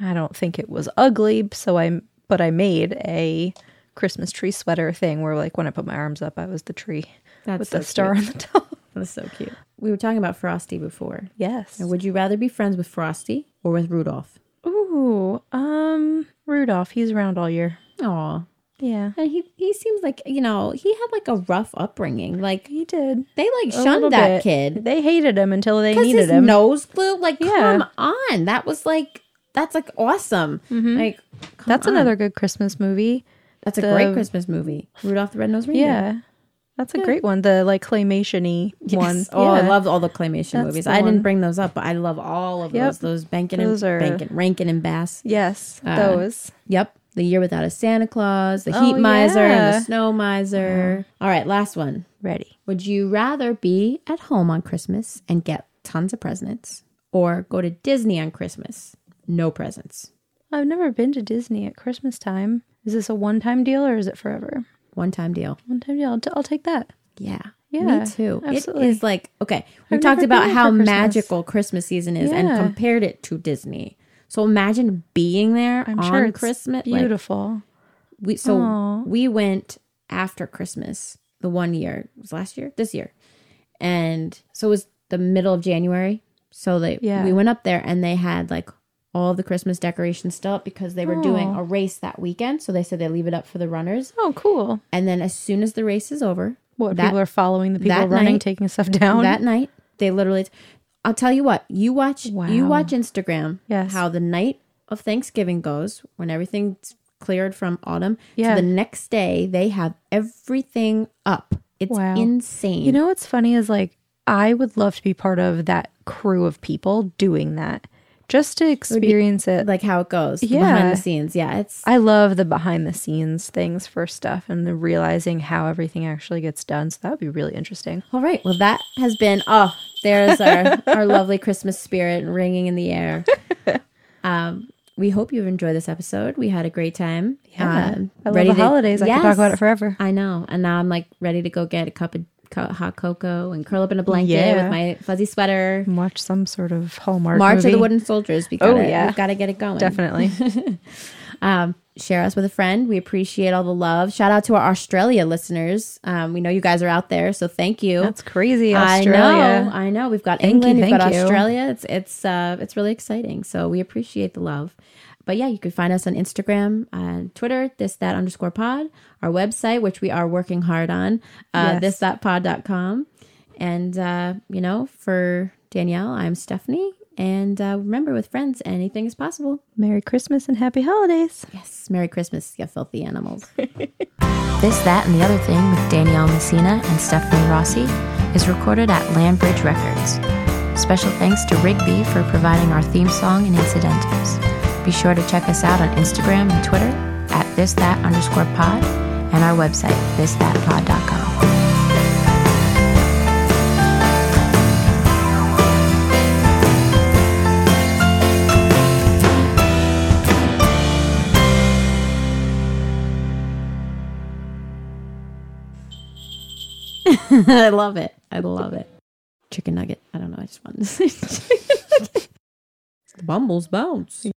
Speaker 2: I don't think it was ugly, so I but I made a Christmas tree sweater thing where like when I put my arms up, I was the tree
Speaker 1: That's
Speaker 2: with
Speaker 1: so
Speaker 2: the star on the top. (laughs)
Speaker 1: That was so cute. We were talking about Frosty before.
Speaker 2: Yes.
Speaker 1: Would you rather be friends with Frosty or with Rudolph?
Speaker 2: Ooh, um Rudolph, he's around all year.
Speaker 1: Oh,
Speaker 2: Yeah.
Speaker 1: and he he seems like you know he had like a rough upbringing. Like
Speaker 2: He did.
Speaker 1: they like
Speaker 2: A little
Speaker 1: shunned that
Speaker 2: bit.
Speaker 1: kid.
Speaker 2: They hated him until they
Speaker 1: because
Speaker 2: needed
Speaker 1: his
Speaker 2: him.
Speaker 1: nose glue. Like,
Speaker 2: Yeah.
Speaker 1: come on, that was like that's like awesome. Like, come
Speaker 2: That's
Speaker 1: on.
Speaker 2: another good Christmas movie.
Speaker 1: That's a great
Speaker 2: the-
Speaker 1: Christmas movie, Rudolph the Red Nosed Reindeer.
Speaker 2: Yeah. That's a great one. The like claymation-y one.
Speaker 1: Yes. Oh, I
Speaker 2: Yeah.
Speaker 1: love all the claymation
Speaker 2: That's
Speaker 1: movies.
Speaker 2: the
Speaker 1: I
Speaker 2: one.
Speaker 1: didn't bring those up, but I love all of
Speaker 2: Yep.
Speaker 1: those. Those Benkin
Speaker 2: Those
Speaker 1: and
Speaker 2: are-
Speaker 1: Benkin, Rankin and Bass.
Speaker 2: Yes, those.
Speaker 1: Yep. The Year Without a Santa Claus, The
Speaker 2: Oh,
Speaker 1: Heat Miser, and
Speaker 2: yeah.
Speaker 1: The Snow Miser. All right, last one.
Speaker 2: Ready.
Speaker 1: Would you rather be at home on Christmas and get tons of presents or go to Disney on Christmas? No presents.
Speaker 2: I've never been to Disney at Christmas time. Is this a one-time deal or is it forever?
Speaker 1: One time deal.
Speaker 2: One-time deal. I'll, t- I'll take that.
Speaker 1: Yeah.
Speaker 2: Yeah,
Speaker 1: Me too.
Speaker 2: absolutely.
Speaker 1: It is like, okay, we
Speaker 2: I've
Speaker 1: talked
Speaker 2: never been
Speaker 1: about
Speaker 2: there
Speaker 1: how
Speaker 2: for Christmas.
Speaker 1: magical Christmas season is and
Speaker 2: Yeah.
Speaker 1: compared it to Disney. So imagine being there
Speaker 2: I'm
Speaker 1: on
Speaker 2: sure it's
Speaker 1: Christmas. like,
Speaker 2: Beautiful.
Speaker 1: we so
Speaker 2: Aw.
Speaker 1: we went after Christmas the one year it was last year this year, and so it was the middle of January. So they
Speaker 2: Yeah.
Speaker 1: we went up there and they had like all the Christmas decorations still up because they were doing
Speaker 2: Aw.
Speaker 1: a race that weekend. So they said they leave it up for the runners,
Speaker 2: oh, cool.
Speaker 1: and then as soon as the race is over,
Speaker 2: What
Speaker 1: that
Speaker 2: people are following the people
Speaker 1: that
Speaker 2: running,
Speaker 1: night-
Speaker 2: taking stuff down.
Speaker 1: that night they literally. I'll tell you what you watch. You
Speaker 2: Wow.
Speaker 1: watch Instagram.
Speaker 2: Yes.
Speaker 1: How the night of Thanksgiving goes when everything's cleared from autumn.
Speaker 2: Yeah.
Speaker 1: To the next day they have everything up. It's
Speaker 2: Wow.
Speaker 1: insane.
Speaker 2: You know what's funny is like I would love to be part of that crew of people doing that, just to experience it.
Speaker 1: like how it goes. the
Speaker 2: Yeah.
Speaker 1: Behind the scenes. Yeah. It's
Speaker 2: I love the behind the scenes things for stuff and the realizing how everything actually gets done. So that would be really interesting.
Speaker 1: all right. Well, that has been. Oh, there's our our lovely Christmas spirit ringing in the
Speaker 2: (laughs)
Speaker 1: air. Um. We hope you've enjoyed this episode. We had a great time.
Speaker 2: Yeah.
Speaker 1: Um,
Speaker 2: I love
Speaker 1: ready
Speaker 2: the
Speaker 1: to-
Speaker 2: holidays. I could talk
Speaker 1: Yes.
Speaker 2: about it forever.
Speaker 1: I know. And now I'm like ready to go get a cup of co- hot cocoa and curl up in a blanket
Speaker 2: Yeah.
Speaker 1: with my fuzzy sweater.
Speaker 2: And watch some sort of Hallmark
Speaker 1: March
Speaker 2: movie.
Speaker 1: of the Wooden Soldiers. We
Speaker 2: Oh,
Speaker 1: gotta,
Speaker 2: yeah.
Speaker 1: We've got to get it going.
Speaker 2: Definitely.
Speaker 1: Um, share us with a friend. We appreciate all the love. Shout out to our Australia listeners. Um, we know you guys are out there. So thank you.
Speaker 2: That's
Speaker 1: (laughs)
Speaker 2: crazy.
Speaker 1: I
Speaker 2: Australia.
Speaker 1: know. I know. We've got
Speaker 2: you,
Speaker 1: England. we've got
Speaker 2: thank you.
Speaker 1: Australia. It's it's uh, it's really exciting. So we appreciate the love. But yeah, you can find us on Instagram, uh, Twitter, this that underscore pod, our website, which we are working hard on, uh,
Speaker 2: Yes.
Speaker 1: this that pod.com. And, uh, you know, for Danielle, I'm Stephanie. And uh, remember, with friends, anything is possible.
Speaker 2: Merry Christmas and happy holidays.
Speaker 1: Yes. Merry Christmas, you filthy (laughs) animals.
Speaker 3: This, That, and the Other Thing with Danielle Messina and Stephanie Rossi is recorded at Landbridge Records. Special thanks to Rigby for providing our theme song and incidentals. Be sure to check us out on Instagram and Twitter at this that underscore pod and our website, thisthatpod.com.
Speaker 1: (laughs) I love it. I love it. (laughs) Chicken nugget. I don't know. I just wanted to say chicken nugget. Bumbles bounce.